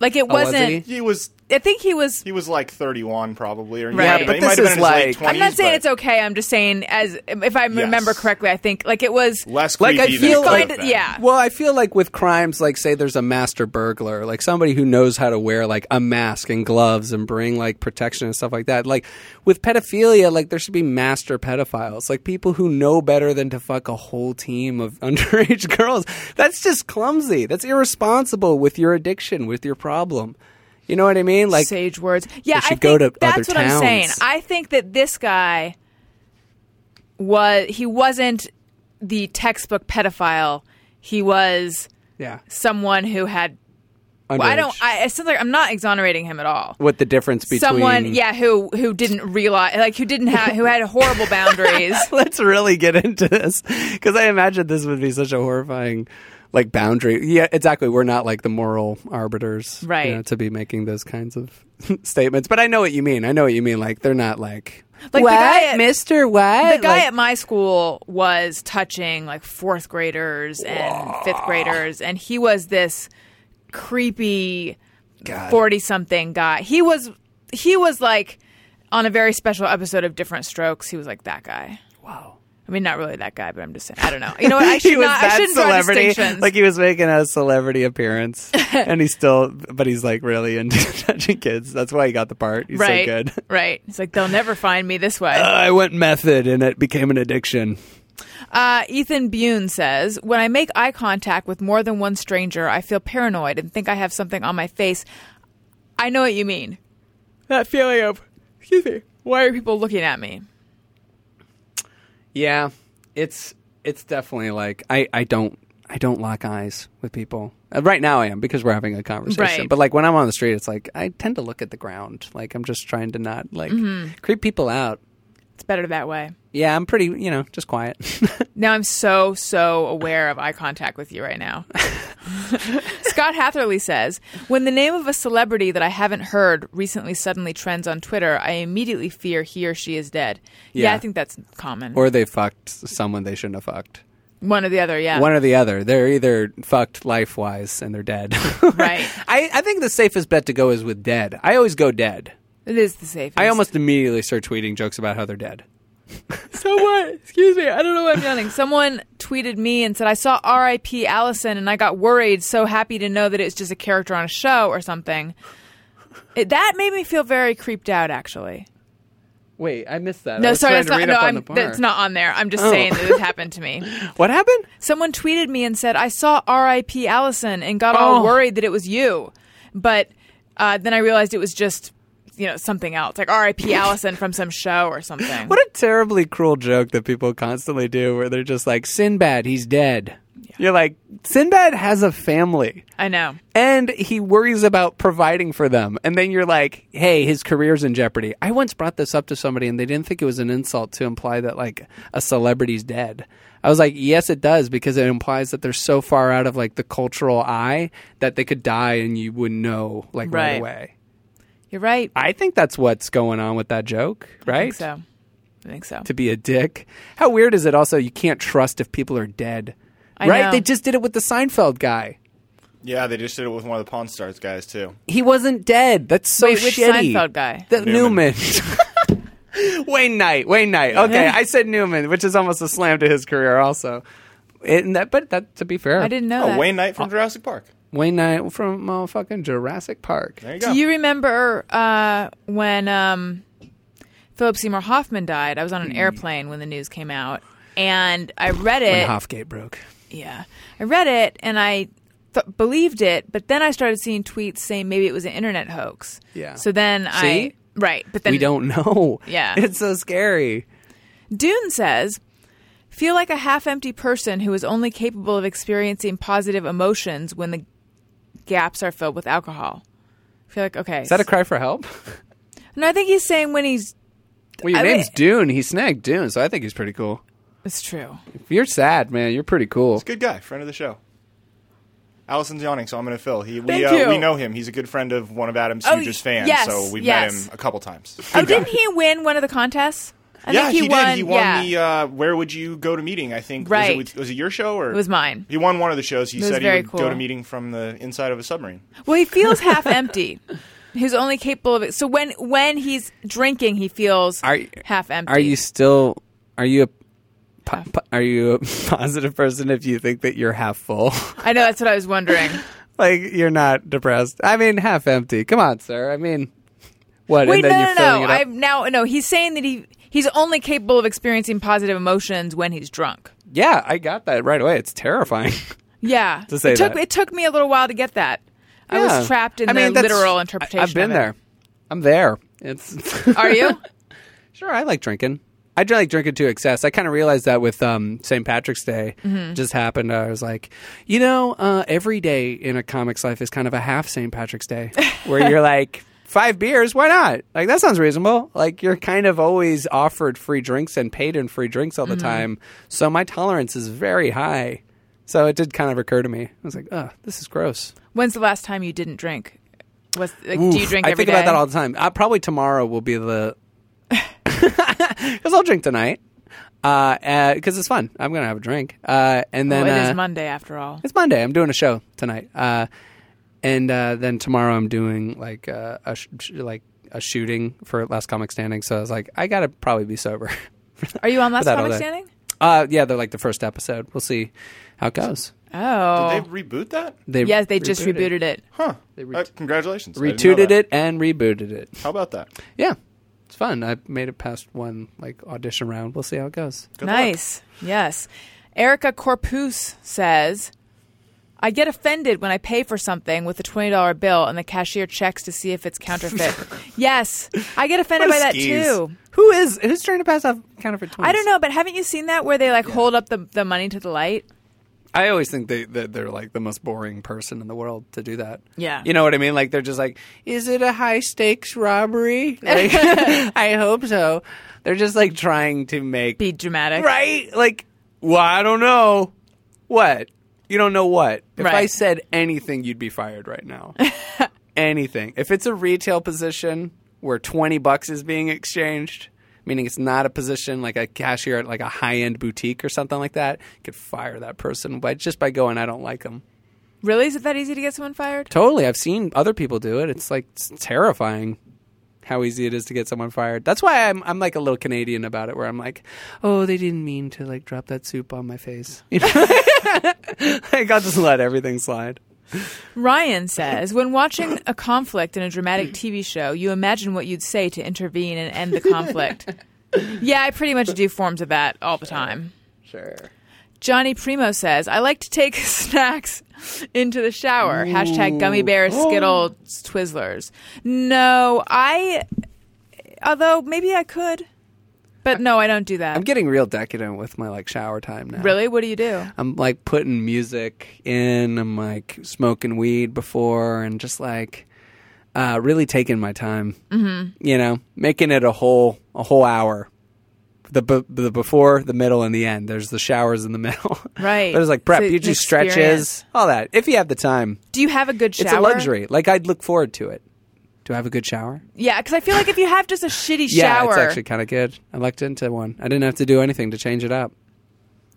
B: Like it
E: Oh, was
B: wasn't.
E: he?
G: He was
B: I think he was.
G: He was like 31 probably, or he
B: Right.
G: might
B: But
G: have been- he
E: this
G: might have
E: is
G: been in his late
E: like-
G: 20s.
E: I'm
B: I'm not saying
G: but
B: it's okay. I'm just saying, as if I remember correctly, I think like it was
G: less
E: Like,
G: creepy
E: I
G: than it
E: feel
G: could
E: like-
G: have been.
B: yeah.
E: Well, I feel like with crimes, like say there's a master burglar, like somebody who knows how to wear like a mask and gloves and bring like protection and stuff like that. Like with pedophilia, like there should be master pedophiles, like people who know better than to fuck a whole team of underage girls. That's just clumsy. That's irresponsible with your addiction, with your problem. You know what I mean? Like
B: sage words. Yeah, I
E: should
B: think
E: go to
B: that's
E: other
B: what I'm saying.
E: towns.
B: I think that this guy was he wasn't the textbook pedophile. He was
E: yeah.
B: someone who had. Well, I don't.
E: underage.
B: I, it sounds like I'm not exonerating him at all.
E: what the difference between
B: Someone, yeah, who who didn't realize, like, who didn't have, who had horrible boundaries.
E: let's really get into this because I imagine this would be such a horrifying like boundary. Yeah, exactly. We're not like the moral arbiters, you
B: Right.
E: know, to be making those kinds of statements. But I know what you mean. I know what you mean. Like they're not like
B: Like, the
E: what,
B: guy at-
E: Mister What
B: The guy
E: Like,
B: at my school was touching like fourth graders and fifth graders, and he was this creepy forty something guy. He was he was like on a very special episode of Different Strokes. He was like that guy.
E: wow.
B: I mean, not really that guy, but I'm just saying. I don't know. You know what? I should not. I shouldn't draw
E: celebrity.
B: distinctions.
E: Like he was making a celebrity appearance, and he's still, but he's like really into touching kids. That's why he got the part. He's
B: right,
E: so good.
B: right. It's like they'll never find me this way.
E: I went method, and it became an addiction.
B: Uh, Ethan Bune says, When I make eye contact with more than one stranger, I feel paranoid and think I have something on my face. I know what you mean. That feeling of, excuse me, why are people looking at me?
E: Yeah, it's it's definitely like I I don't I don't lock eyes with people. Uh, Right now I am because we're having a conversation.
B: Right.
E: But like when I'm on the street, it's like I tend to look at the ground. Like I'm just trying to not like
B: Mm-hmm.
E: creep people out.
B: It's better that way.
E: Yeah, I'm pretty you know just quiet.
B: Now I'm so, so aware of eye contact with you right now. Scott Hatherley says, When the name of a celebrity that I haven't heard recently suddenly trends on Twitter, I immediately fear he or she is dead. Yeah,
E: Yeah.
B: I think that's common.
E: or they fucked someone they shouldn't have fucked.
B: one or the other, yeah.
E: One or the other. They're either fucked life wise and they're dead.
B: Right.
E: I, I think the safest bet to go is with dead. I always go dead.
B: it is the safest.
E: I almost immediately start tweeting jokes about how they're dead.
B: So what? Excuse me. I don't know why I'm yawning. Someone tweeted me and said, I saw R.I.P. Allison and I got worried. So happy to know that it's just a character on a show or something. It, that made me feel very creeped out, actually.
E: Wait, I missed that. I
B: No,
E: was
B: sorry, that's
E: trying to
B: not.
E: read
B: No,
E: up on
B: I'm,
E: the bar. Oh.
B: that's not on there. I'm just saying that this happened to me.
E: What happened?
B: Someone tweeted me and said, I saw R.I.P. Allison and got all
E: Oh.
B: worried that it was you. But uh, then I realized it was just, you know, something else, like R.I.P. Allison from some show or something.
E: What a terribly cruel joke that people constantly do where they're just like, Sinbad, he's dead. You're like, Sinbad has a family
B: I know.
E: and he worries about providing for them. And then you're like, hey, his career's in jeopardy. I once brought this up to somebody and they didn't think it was an insult to imply that like a celebrity's dead. I was like, yes, it does because it implies that they're so far out of like the cultural eye that they could die and you wouldn't know like
B: Right.
E: right away.
B: You're right.
E: I think that's what's going on with that joke, right?
B: I think so. I think so.
E: to be a dick. How weird is it also you can't trust if people are dead?
B: I
E: right?
B: know.
E: They just did it with the Seinfeld guy.
G: Yeah, they just did it with one of the Pawn Stars guys too.
E: He wasn't dead. That's so
B: Wait, which
E: shitty.
B: Seinfeld guy?
E: The Newman.
G: Newman.
E: Wayne Knight. Wayne Knight. Okay, I said Newman, which is almost a slam to his career also. And that, but that to be fair,
B: I didn't know
G: Oh,
B: that.
G: Wayne Knight from Jurassic Park.
E: Wayne Knight from motherfucking Jurassic Park.
G: There you go.
B: Do you remember uh, when um, Philip Seymour Hoffman died? I was
G: Mm.
B: on an airplane when the news came out, and I read
E: When
B: it.
E: Hofgate broke.
B: yeah, I read it, and I th- believed it. But then I started seeing tweets saying maybe it was an internet hoax.
E: Yeah.
B: So then I
E: See?
B: right, but then
E: we don't know.
B: Yeah.
E: It's so scary.
B: Dune says, feel like a half empty person who is only capable of experiencing positive emotions when the gaps are filled with alcohol. feel like, okay.
E: Is that a cry for help?
B: no, I think he's saying when he's.
E: Well, your
B: I mean-
E: name's Dune. He snagged Dune, so I think he's pretty cool.
B: It's true.
E: If you're sad, man, you're pretty cool.
G: Good guy, friend of the show. Allison's yawning, so I'm going to fill. He, we,
B: Thank
G: uh,
B: you.
G: we know him. He's a good friend of one of Adam's
B: Oh,
G: hugest fans,
B: yes,
G: so we've
B: yes.
G: met him a couple times.
B: Oh, didn't he win one of the contests? I
G: yeah,
B: think he,
G: he,
B: won.
G: did. He won
B: yeah.
G: the uh, "Where Would You Go to Meeting?" I think.
B: Right.
G: Was it, was it your show or
B: It was mine.
G: He won one of the shows. He
B: It was
G: said he
B: very
G: would
B: cool.
E: uh,
G: go to meeting from the inside of a submarine.
B: well, he feels half empty. who's only capable of it. So when when he's drinking, he feels
E: Are-
B: half empty.
E: Are you still? Are you a? po- po- Are you a positive person if you think that you're half full?
B: I know that's what I was wondering.
E: like you're not depressed. I mean, half empty. Come on, sir. I mean, what?
B: Wait,
E: and
B: no,
E: then
B: no,
E: you're filling
B: no.
E: it up.
B: I'm now no. He's saying that he he's only capable of experiencing positive emotions when he's drunk.
E: Yeah, I got that right away. It's terrifying.
B: Yeah,
E: To say
B: it took
E: that.
B: it took me a little while to get that. I
E: Yeah.
B: was trapped in
E: I mean,
B: the
E: that's-
B: literal
E: I-
B: interpretation.
E: I've been
B: of it.
E: there. I'm there. It's
B: Are you?
E: Sure, I like drinking. I do like drinking to excess. I kind of realized that with um, St. Patrick's Day just happened. I was like, you know, uh, every day in a comic's life is kind of a half St. Patrick's Day, where you're like, five beers, why not? Like that sounds reasonable. Like you're kind of always offered free drinks and paid in free drinks all the time, so my tolerance is very high. So it did kind of occur to me. I was like, oh, this is gross.
B: When's the last time you didn't drink? Was like, do you
E: Oof.
B: drink?
E: I
B: every
E: think about
B: day?
E: that all the time. I, probably tomorrow will be the because I'll drink tonight because uh, 'cause it's fun. I'm gonna have a drink, uh, and
B: Oh,
E: then
B: it
E: uh,
B: is Monday after all.
E: it's Monday. I'm doing a show tonight, uh, and uh, then tomorrow I'm doing like uh, a sh- sh- like a shooting for Last Comic Standing. So I was like, I gotta probably be sober.
B: Are you on Last
E: that all
B: Comic
E: day.
B: Standing?
E: uh, yeah, they're like the first episode. We'll see how it goes.
B: Oh,
G: Did they reboot that?
E: They
B: yes, they just
E: rebooted
B: rebooted it.
G: Huh. Uh, congratulations. I didn't know
E: retooted
G: that.
E: it and rebooted it.
G: How about that?
E: Yeah. It's fun. I made it past one like audition round. We'll see how it goes.
G: luck.
B: nice. Yes. Erica Corpus says, I get offended when I pay for something with a $20 bill and the cashier checks to see if it's counterfeit. yes. I get offended by that
G: skis.
B: too.
E: Who is who's trying to pass off counterfeit twenty?
B: I don't know, but haven't you seen that where they like hold up the, the money to the light?
E: I always think they that they're like the most boring person in the world to do that.
B: Yeah.
E: You know what I mean? Like they're just like, is it a high stakes robbery? Like, I hope so. They're just like trying to make
B: Be dramatic.
E: right? Like, well, I don't know. What? You don't know what? If I
B: Right.
E: said anything, you'd be fired right now. anything. If it's a retail position where 20 bucks is being exchanged, meaning it's not a position like a cashier at like a high-end boutique or something like that, you could fire that person by just by going I don't like them.
B: Really? Is it that easy to get someone fired?
E: Totally. I've seen other people do it. It's like it's terrifying how easy it is to get someone fired. That's why I'm I'm like a little Canadian about it where I'm like, "Oh, they didn't mean to like drop that soup on my face." You know? like I'll just let everything slide.
B: Ryan says, when watching a conflict in a dramatic TV show, you imagine what you'd say to intervene and end the conflict. yeah, I pretty much do forms of that all the time.
E: Sure.
B: Johnny Primo says, I like to take snacks into the shower. Hashtag gummy bears, Skittles, Twizzlers. No, I, although maybe I could, but no, I don't do
E: I'm
B: that.
E: getting real decadent with my like shower time now.
B: Really? What do you do?
E: I'm like putting music in, I'm like smoking weed before and just like uh, really taking my time. Mm-hmm. You know, making it a whole a whole hour. The b- the before, the middle, and the end. There's the showers in the middle.
B: Right.
E: There's like prep.
B: It's
E: You
B: an
E: do stretches,
B: experience.
E: all that. If you have the time,
B: Do you have a good shower?
E: it's a luxury. Like I'd look forward to it. Do I have a good shower?
B: Yeah, because I feel like if you have just a shitty
E: Yeah,
B: shower,
E: it's actually kind of good. I lucked into one. I didn't have to do anything to change it up.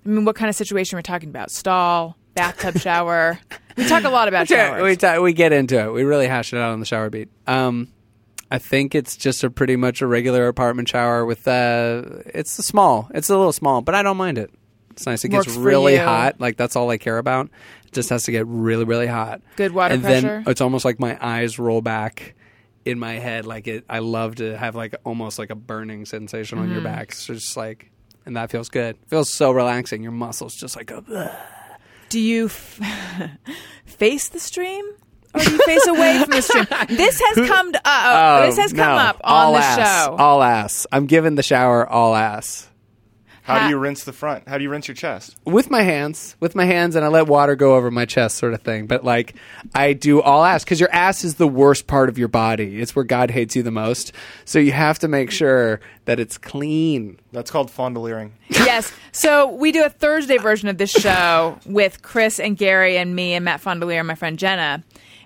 B: I mean, what kind of situation we're talking about? Stall, bathtub shower. we talk a lot about showers.
E: We, ta- we get into it. We really hash it out on the shower beat. Um, I think it's just a pretty much a regular apartment shower with uh, it's a small. It's a little small, but I don't mind it. It's nice. It
B: Works
E: gets
B: for
E: really
B: you.
E: hot. Like that's all I care about. It just has to get really, really hot.
B: Good water
E: and
B: pressure?
E: Then it's almost like my eyes roll back in my head. Like it, I love to have like almost like a burning sensation on your
B: Mm-hmm.
E: back. It's just like, and that feels good. feels so relaxing. Your muscles just like go. "Ugh."
B: Do you f- face the stream? Or do you face away from the stream? This has come to, uh,
E: Oh,
B: this has come
E: no.
B: up on
E: all
B: the
E: ass.
B: show.
E: All ass. I'm giving the shower all ass
G: How
B: Ha-
G: do you rinse the front? How do you rinse your chest?
E: with my hands, with my hands, and I let water go over my chest, sort of thing. But like, I do all ass because your ass is the worst part of your body. It's where God hates you the most. So you have to make sure that it's clean.
G: That's called fondleering.
B: yes. So we do a Thursday version of this show with Chris and Gary and me and Matt Fondelier and my friend Jenna,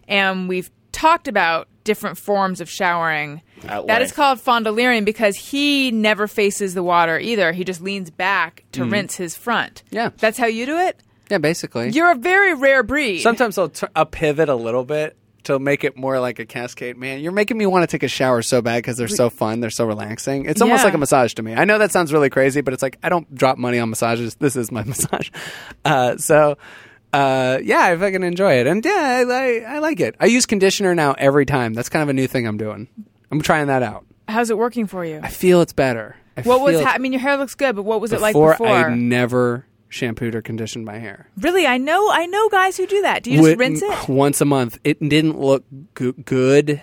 B: and we've talked about different forms of showering.
G: At
B: That is
G: length.
B: called fondeliering because he never faces the water either. He just leans back to rinse his front.
E: Mm. Yeah.
B: That's how you do it?
E: Yeah, basically.
B: You're a very rare breed.
E: Sometimes I'll, t- I'll pivot a little bit to make it more like a cascade. Man, you're making me want to take a shower so bad because they're so fun. They're so relaxing. It's almost
B: Yeah.
E: like a massage to me. I know that sounds really crazy, but it's like I don't drop money on massages. This is my massage. Uh, so. Uh, yeah, I fucking enjoy it, and yeah, I, I, I like it. I use conditioner now every time. That's kind of a new thing I'm doing. I'm trying that out.
B: How's it working for you?
E: I feel it's better. I
B: What was?
E: feel
B: Ha-
E: it's
B: I mean, your hair looks good, but what was it like
E: before
B: before?
E: I never shampooed or conditioned my hair.
B: really, I know, I know, guys who do that. Do you just
E: Would-
B: rinse it?
E: once a month. It didn't look go- good.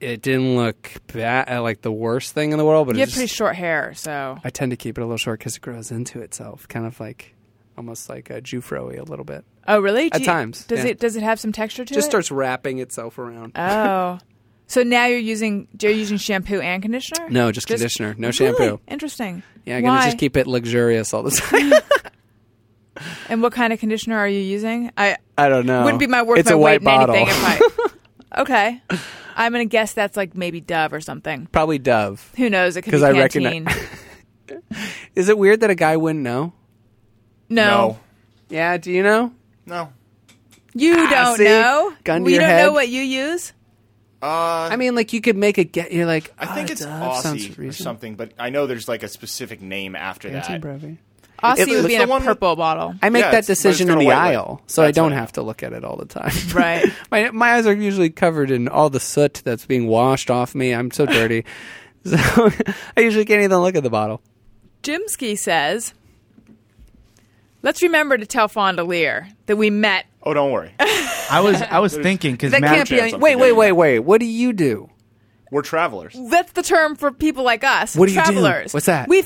E: It didn't look bad, uh, like the worst thing in the world. But
B: You
E: it
B: have
E: just,
B: pretty short hair, so
E: I tend to keep it a little short because it grows into itself, kind of like almost like a Jufro-y a little bit.
B: oh really? Do
E: At
B: you-
E: times,
B: does
E: yeah.
B: it does it have some texture to
E: Just
B: it?
E: starts wrapping itself around.
B: Oh, so now you're using you're using shampoo and conditioner?
E: No, just conditioner. No
B: Really?
E: shampoo.
B: Interesting.
E: yeah, I'm gonna
B: Why?
E: just keep it luxurious all the time.
B: And what kind of conditioner are you using? I
E: I don't know.
B: wouldn't be my worth
E: Oh, It's
B: my
E: a
B: weight
E: white
B: in
E: bottle.
B: anything if I. okay, I'm gonna guess that's like maybe Dove or something.
E: Probably Dove.
B: Who knows? It could be
E: 'Cause I
B: Canteen.
E: recogni- Is it weird that a guy wouldn't know?
B: no.
G: No.
E: Yeah, do you know?
G: No.
B: you don't
E: Ah, see?
B: know.
E: Gun to
B: you
E: your
B: don't
E: head.
B: know what you use.
G: Uh,
E: I mean, like you could make a get. You're like,
G: I
E: oh,
G: think it's
E: Dove sounds
G: Aussie or
E: reasonable.
G: something, but I know there's like a specific name after
E: It's
G: that.
E: improv-y.
B: Aussie
E: It's
B: would be in
G: the
B: a
G: one with-
B: purple bottle.
E: I make
G: Yeah,
E: that
G: it's- but it's
E: decision in
G: got a
E: the
G: white light.
E: aisle, so I
G: That's
E: don't
G: what I-
E: have to look at it all the time.
B: Right.
E: my my eyes are usually covered in all the soot that's being washed off me. I'm so dirty, so I usually can't even look at the bottle.
B: Jimsky says, "Let's remember to tell Fondelier that we met."
G: Oh, don't worry.
F: I was I was thinking because
E: That can't be.
G: chance
E: on-
G: I'm
E: wait, wait,
G: forgetting.
E: wait, wait. What do you do?
G: We're travelers.
B: That's the term for people like us.
E: What do you do?
B: travelers.
E: What's that?
B: We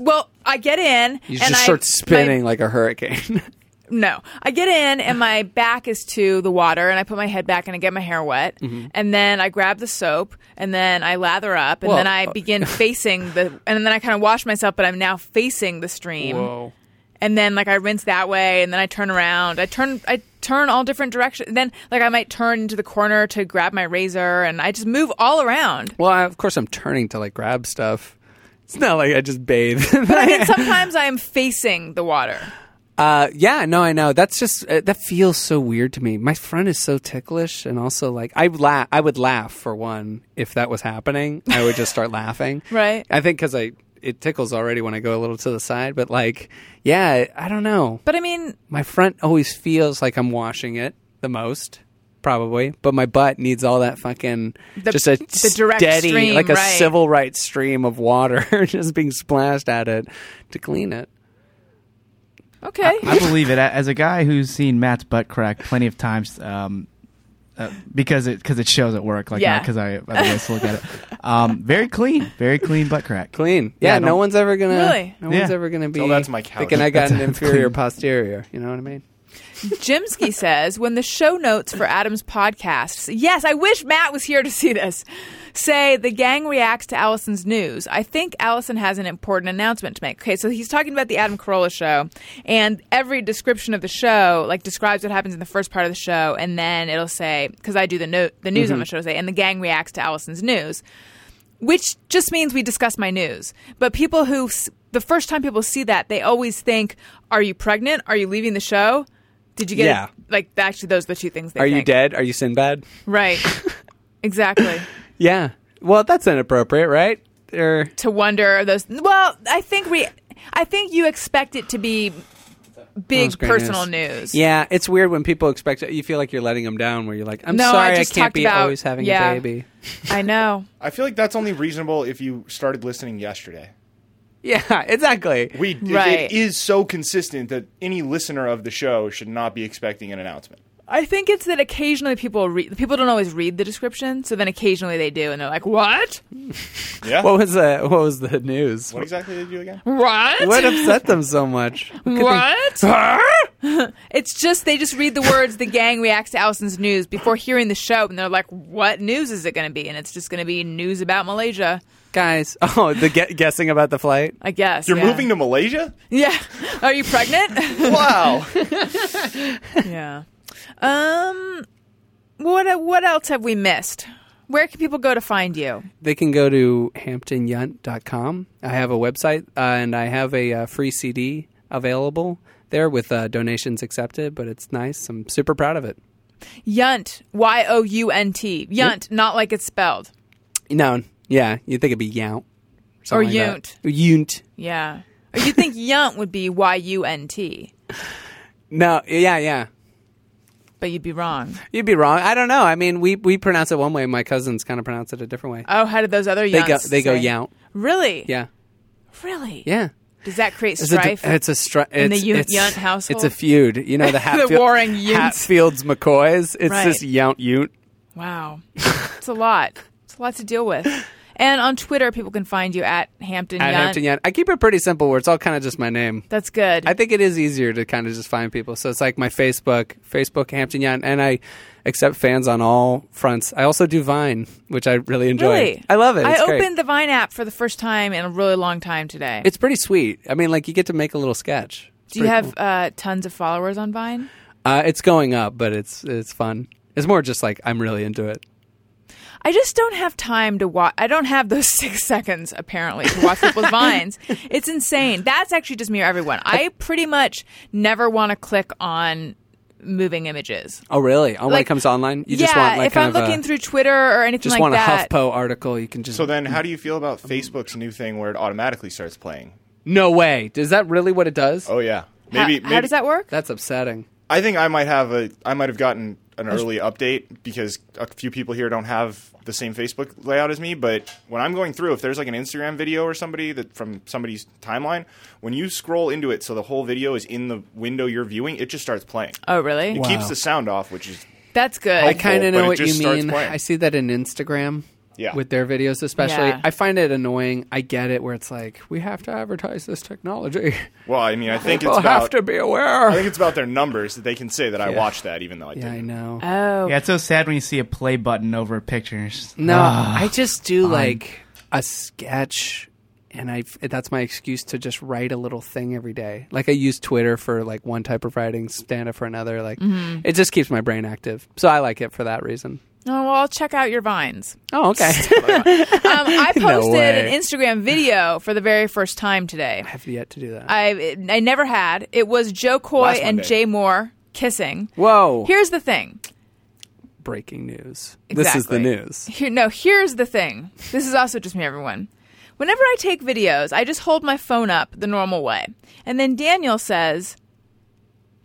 B: well, I get in.
E: You
B: and
E: just
B: I-
E: start spinning
B: my-
E: like a hurricane.
B: no, I get in and my back is to the water, and I put my head back and I get my hair wet,
E: Mm-hmm.
B: and then I grab the soap, and then I lather up, and
E: Well,
B: then I
E: uh,
B: begin facing the, and then I kind of wash myself, but I'm now facing the stream. and then like I rinse that way, and then I turn around. I turn I turn all different directions. Then like I might turn into the corner to grab my razor, and I just move all around.
E: Well, I, of course I'm turning to like grab stuff. It's not like I just bathe.
B: But I mean, sometimes I am facing the water.
E: Uh, yeah, no, I know. That's just uh, that feels so weird to me. My friend is so ticklish, and also like I la- I would laugh for one if that was happening. I would just start laughing.
B: Right.
E: I think because I it tickles already when I go a little to the side, but like, yeah, I don't know.
B: But I mean,
E: My front always feels like I'm washing it the most, probably, but my butt needs all that fucking
B: The-
E: just a
B: the direct
E: steady,
B: stream,
E: like a
B: right.
E: civil rights stream of water just being splashed at it to clean it.
B: okay,
F: I believe it as a guy who's seen Matt's butt crack plenty of times um, uh, because it because it shows at work like
B: Yeah.
F: because I otherwise look at it. Um, very clean, very clean butt crack.
E: clean.
F: Yeah,
E: Yeah,
F: I
E: no
F: don't-
E: one's ever gonna.
B: Really?
E: No one's
F: Yeah.
E: ever gonna be.
G: Till that's my couch.
E: Thinking I got an
F: That's- that's
E: inferior
F: clean.
E: posterior. You know what I mean?
B: Jimsky says when the show notes for Adam's podcast. Yes, I wish Matt was here to see this. Say the gang reacts to Allison's news. I think Allison has an important announcement to make. Okay, so he's talking about the Adam Carolla show, and every description of the show like describes what happens in the first part of the show, and then it'll say because I do the no- the news on the show, say and the gang reacts to Allison's news which just means we discuss my news. But people who, s- the first time people see that, they always think, Are you pregnant? Are you leaving the show? Did you get
E: Yeah.
B: it? Like, actually, those are the two things they
E: Are you
B: think.
E: dead? Are you Sinbad?
B: Right. exactly.
E: Yeah. Well, that's inappropriate, right? Or
B: To wonder are those. Well, I think we. I think you expect it to be
E: That's
B: big
E: great
B: personal news.
E: yeah, it's weird when people expect you feel like you're letting them down. Where you're like, I'm
B: No, I
E: sorry, I,
B: just
E: can't
B: talked
E: be
B: about-
E: always having
B: yeah.
E: a baby.
B: I know.
G: I feel like that's only reasonable if you started listening yesterday.
E: Yeah, exactly.
G: We it-
B: Right.
G: it is so consistent that any listener of the show should not be expecting an announcement.
B: I think it's that occasionally people read. People don't always read the description, so then occasionally they do, and they're like, "What?
G: Yeah.
E: What was the What was the news?
G: what exactly did you do again?
B: What?
E: What upset them so much? What could they-
B: What? it's just they just read the words the gang reacts to Allison's news before hearing the show and they're like, What news is it gonna be? And it's just gonna be news about Malaysia,
E: guys? Oh, the gue- guessing about the flight.
B: I guess.
G: You're
B: yeah.
G: moving to Malaysia?
B: Yeah. Are you pregnant?
G: Wow.
B: yeah. Um what what else have we missed? Where can people go to find you?
E: they can go to hamptonyunt.com. I have a website uh, and I have a uh, free CD available there with uh, donations accepted, but it's nice. I'm super proud of it.
B: Yunt. Y O U N T. Yunt. Not like it's spelled.
E: No, yeah, you'd think it'd be yount. something
B: Or
E: like that. Yount.
B: Yeah. Or you think yunt would be Y U N T,
E: No, yeah, yeah.
B: but you'd be wrong.
E: You'd be wrong. I don't know. I mean, we, we pronounce it one way. My cousins kind of pronounce it a different way.
B: Oh, how did those other
E: They
B: yunts
E: go they go
B: say?
E: yount.
B: Really?
E: Yeah,
B: Really?
E: yeah.
B: Does that create
E: It's a, di-
B: strife?
E: it's a strife.
B: the
E: It's,
B: Yu-
E: it's,
B: Yount household?
E: It's a feud. You know the Hatfield,
B: warring Younts.
E: Hatfields McCoys. It's
B: Right.
E: this yount yount.
B: wow. It's a lot. It's a lot to deal with. And on Twitter, people can find you at Hampton
E: At
B: Yunt.
E: Hampton Yount. I keep it pretty simple where it's all kind of just my name.
B: That's good.
E: I think it is easier to kind of just find people. So it's like my Facebook, Facebook Hampton Yan, and I accept fans on all fronts. I also do Vine, which I really enjoy.
B: really?
E: I love it.
B: I
E: It's
B: opened
E: great.
B: the Vine app for the first time in a really long time today.
E: It's pretty sweet. I mean, like you get to make a little sketch. It's
B: Do you
E: pretty
B: have
E: cool.
B: uh, tons of followers on Vine?
E: Uh, it's going up, but it's it's fun. It's more just like I'm really into it.
B: I just don't have time to watch. I don't have those six seconds apparently to watch people's vines. It's insane. That's actually just me or everyone. I pretty much never want to click on moving images.
E: Oh, really? Oh, when it
B: Like-
E: comes online, you
B: yeah,
E: just want like
B: if
E: kind
B: I'm
E: of
B: looking
E: a,
B: through Twitter or anything
E: just
B: like
E: want
B: that,
E: a HuffPo article. You can just
G: So then, how do you feel about Facebook's new thing where it automatically starts playing?
E: no way. Is that really what it does?
G: Oh yeah,
B: How-
G: maybe.
B: how,
G: maybe
B: does that work?
E: That's upsetting.
G: I think I might have a. I might have gotten an early update because a few people here don't have the same Facebook layout as me. But when I'm going through, if there's like an Instagram video or somebody that from somebody's timeline, when you scroll into it, so the whole video is in the window you're viewing, it just starts playing.
B: Oh, really?
G: It keeps the sound off, which is
B: That's good.
E: I kind
G: helpful,
E: of
G: but
E: know
G: it
E: what
G: just
E: you
G: starts
E: mean.
G: playing.
E: I see that in Instagram.
G: Yeah.
E: With their videos, especially,
B: Yeah.
E: I find it annoying. I get it, where it's like we have to advertise this technology.
G: well. I mean, I think
E: People
G: it's
E: have
G: about.
E: to be aware.
G: I think it's about their numbers that they can say that I watched that, even though I
E: yeah, I
G: didn't.
E: know.
B: oh,
F: Yeah, it's so sad when you see a play button over a picture. and you're just-
E: no,
F: Ah.
E: I just do like a sketch, and I that's my excuse to just write a little thing every day. Like I use Twitter for like one type of writing, stand up for another. Like
B: Mm-hmm.
E: it just keeps my brain active, so I like it for that reason.
B: oh, well, I'll check out your vines.
E: Oh, okay.
B: Um, I
E: No
B: posted
E: way.
B: an Instagram video for the very first time today.
E: I have yet to do that.
B: I I never had. It was Joe Coy
G: Last
B: and
G: Monday.
B: Jay Moore kissing.
E: Whoa!
B: Here's the thing.
E: breaking news. This is the
B: Exactly.
E: news.
B: Here, no, here's the thing. This is also just me, everyone. Whenever I take videos, I just hold my phone up the normal way, and then Daniel says,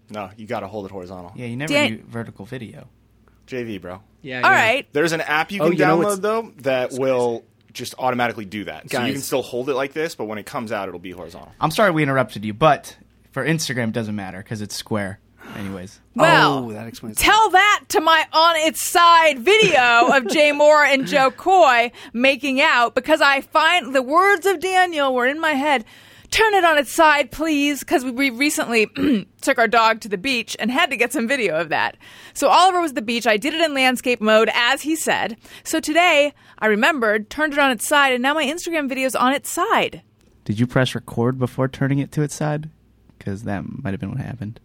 G: No, you got to hold it horizontal.
F: Yeah, you never
B: Dan-
F: do vertical video.
G: JV, bro.
E: Yeah.
B: "All right,
G: There's an app you
E: Oh,
G: can
E: you know, it's-
G: download though that will just automatically do that. So you
E: Guys.
G: can still hold it like this, but when it comes out, it'll be horizontal.
F: I'm sorry we interrupted you, but for Instagram it doesn't matter because it's square. Anyways,
B: well,
E: oh, that explains. it.
B: tell that to my on its side video of Jay Moore and Joe Coy making out because I find the words of Daniel were in my head. Turn it on its side, please, because we recently took our dog to the beach and had to get some video of that. So Oliver was at the beach. I did it in landscape mode, as he said. So today I remembered, turned it on its side, and now my Instagram video's on its side.
F: did you press record before turning it to its side? Because that might have been what happened.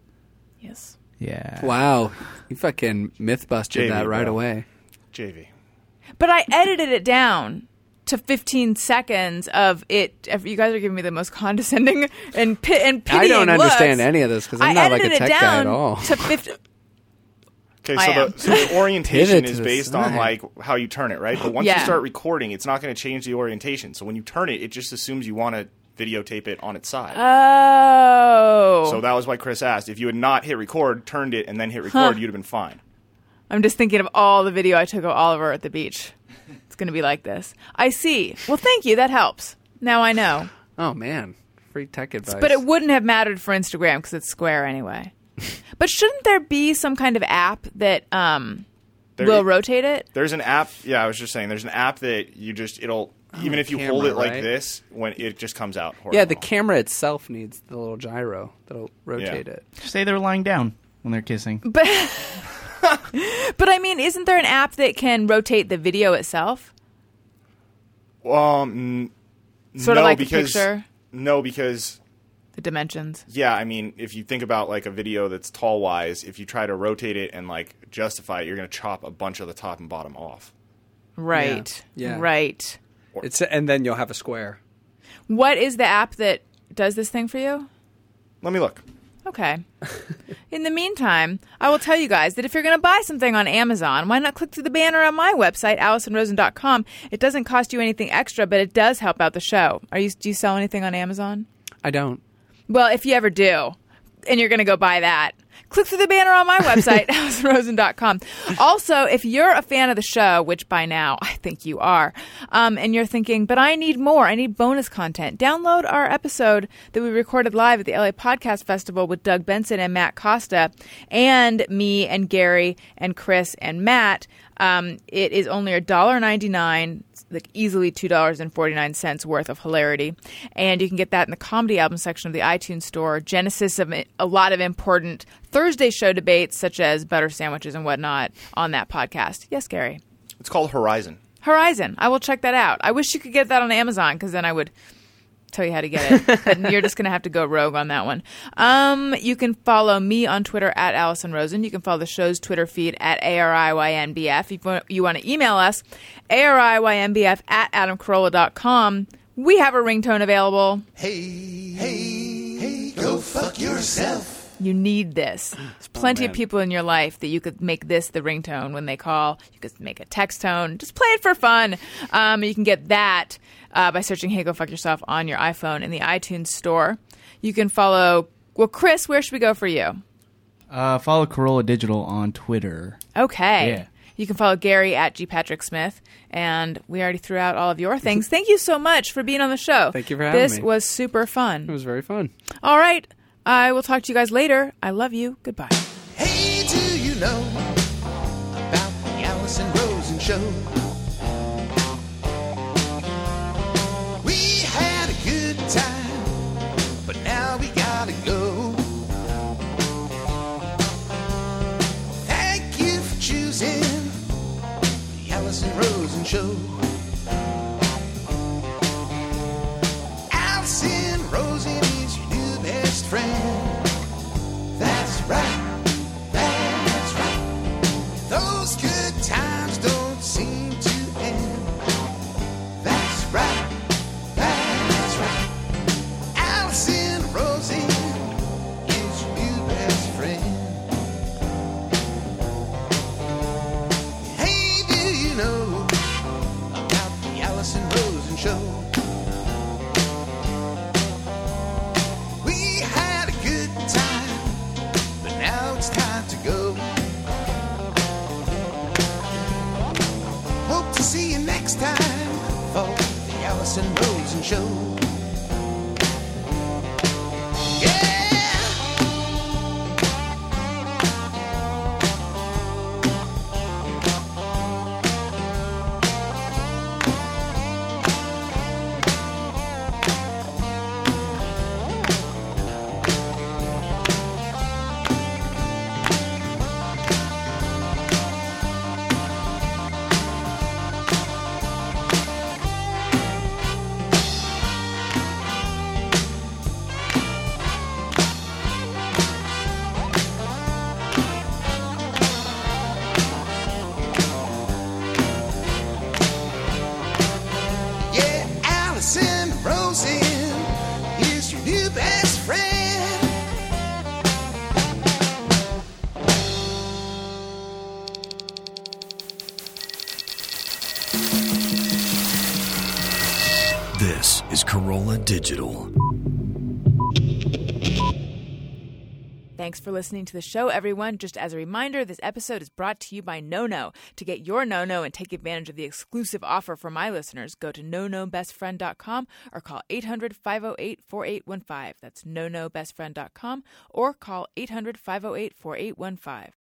B: Yes.
F: Yeah.
E: Wow, you fucking myth busted
G: Jamie,
E: that right
G: bro.
E: away.
G: JV.
B: But I edited it down to 15 seconds of it. You guys are giving me the most condescending and pi- and pitying
E: I don't understand
B: looks.
E: any of this because I'm
B: I
E: not like a
B: edited
E: tech
B: it down
E: guy at all.
B: to 50.
G: Okay,
B: I
G: so
B: am.
G: the, so the orientation
E: Pivot to
G: is
E: the
G: based on
E: side.
G: like how you turn it, right? But once
B: Yeah.
G: you start recording, it's not going to change the orientation. So when you turn it, it just assumes you want to videotape it on its side.
B: Oh.
G: so that was why Chris asked if you had not hit record, turned it, and then hit record, you'd have been fine.
B: I'm just thinking of all the video I took of Oliver at the beach. It's going to be like this. I see. Well, thank you. That helps. Now I know.
E: Oh man, free tech advice.
B: But it wouldn't have mattered for Instagram because it's square anyway. but shouldn't there be some kind of app that um,
G: There-
B: will rotate it?
G: There's an app. Yeah, I was just saying. There's an app that you just it'll even if you hold
E: Oh, camera,
G: it like
E: right?
G: this, when it just comes out. Horizontal.
E: yeah, the camera itself needs the little gyro that'll rotate
G: Yeah.
E: it.
F: Say they're lying down when they're kissing.
B: But but I mean, isn't there an app that can rotate the video itself?
G: Um, n-
B: Sort
G: no,
B: of like the
G: because,
B: picture?
G: No, because
B: The dimensions.
G: yeah, I mean, if you think about like a video that's tall wise, if you try to rotate it and like justify it, you're going to chop a bunch of the top and bottom off.
B: Right.
E: Yeah.
B: Right.
E: It's and then you'll have a square.
B: What is the app that does this thing for you?
G: Let me look.
B: Okay. In the meantime, I will tell you guys that if you're going to buy something on Amazon, why not click through the banner on my website, AllisonRosen.com? It doesn't cost you anything extra, but it does help out the show. Are you? Do you sell anything on Amazon?
E: I don't.
B: Well, if you ever do, and you're going to go buy that, click through the banner on my website, AllisonRosen.com. Also, if you're a fan of the show, which by now I think you are, um, and you're thinking, but I need more, I need bonus content, download our episode that we recorded live at the LA Podcast Festival with Doug Benson and Matt Costa, and me and Gary and Chris and Matt. Um, it is only $1.99 like easily two dollars and forty nine cents worth of hilarity, and you can get that in the comedy album section of the iTunes store. Genesis of a lot of important Thursday show debates, such as butter sandwiches and whatnot, on that podcast. Yes, Gary.
G: It's called Horizon.
B: Horizon. I will check that out. I wish you could get that on Amazon because then I would tell you how to get it. but you're just going to have to go rogue on that one. Um, you can follow me on Twitter at Allison Rosen. You can follow the show's Twitter feed at ARIYNBF. If you want- you want to email us, ARIYNBF at adamcarolla.com. We have a ringtone available.
D: Go fuck yourself.
B: You need this. There's
E: Oh,
B: plenty of people in your life that you could make this the ringtone when they call. You could make a text tone. Just play it for fun. Um, you can get that uh, by searching "Hey Go Fuck Yourself" on your iPhone in the iTunes Store. You can follow. Well, Chris, where should we go for you?
F: Uh, follow Corolla Digital on Twitter.
B: Okay.
F: Yeah.
B: You can follow Gary at G Patrick Smith, and we already threw out all of your things. Thank you so much for being on the show.
E: Thank you for having
B: this
E: me.
B: This was super fun.
E: It was very fun.
B: all right, I will talk to you guys later. I love you. Goodbye.
D: Hey, do you know about the Allison Rosen show? We had a good time, but now we gotta go. Thank you for choosing the Allison Rosen show. Allison Rosen is your new best friend. That's right. That's right. Those good times don't seem to end. That's right. That's right. Allison Rosie is your new best friend. Hey, do you know about the Allison Rosen show? We had a good time. But now it's time to go. Hope to see you next time for the Allison Rosen Show. Yeah! Yeah, Allison Rosen is your new best friend.
A: This is Corolla Digital.
B: Thanks for listening to the show, everyone. Just as a reminder, this episode is brought to you by NoNo. To get your NoNo and take advantage of the exclusive offer for my listeners, go to nonobestfriend.com or call 800 508 4815. That's nonobestfriend.com or call 800 508 4815.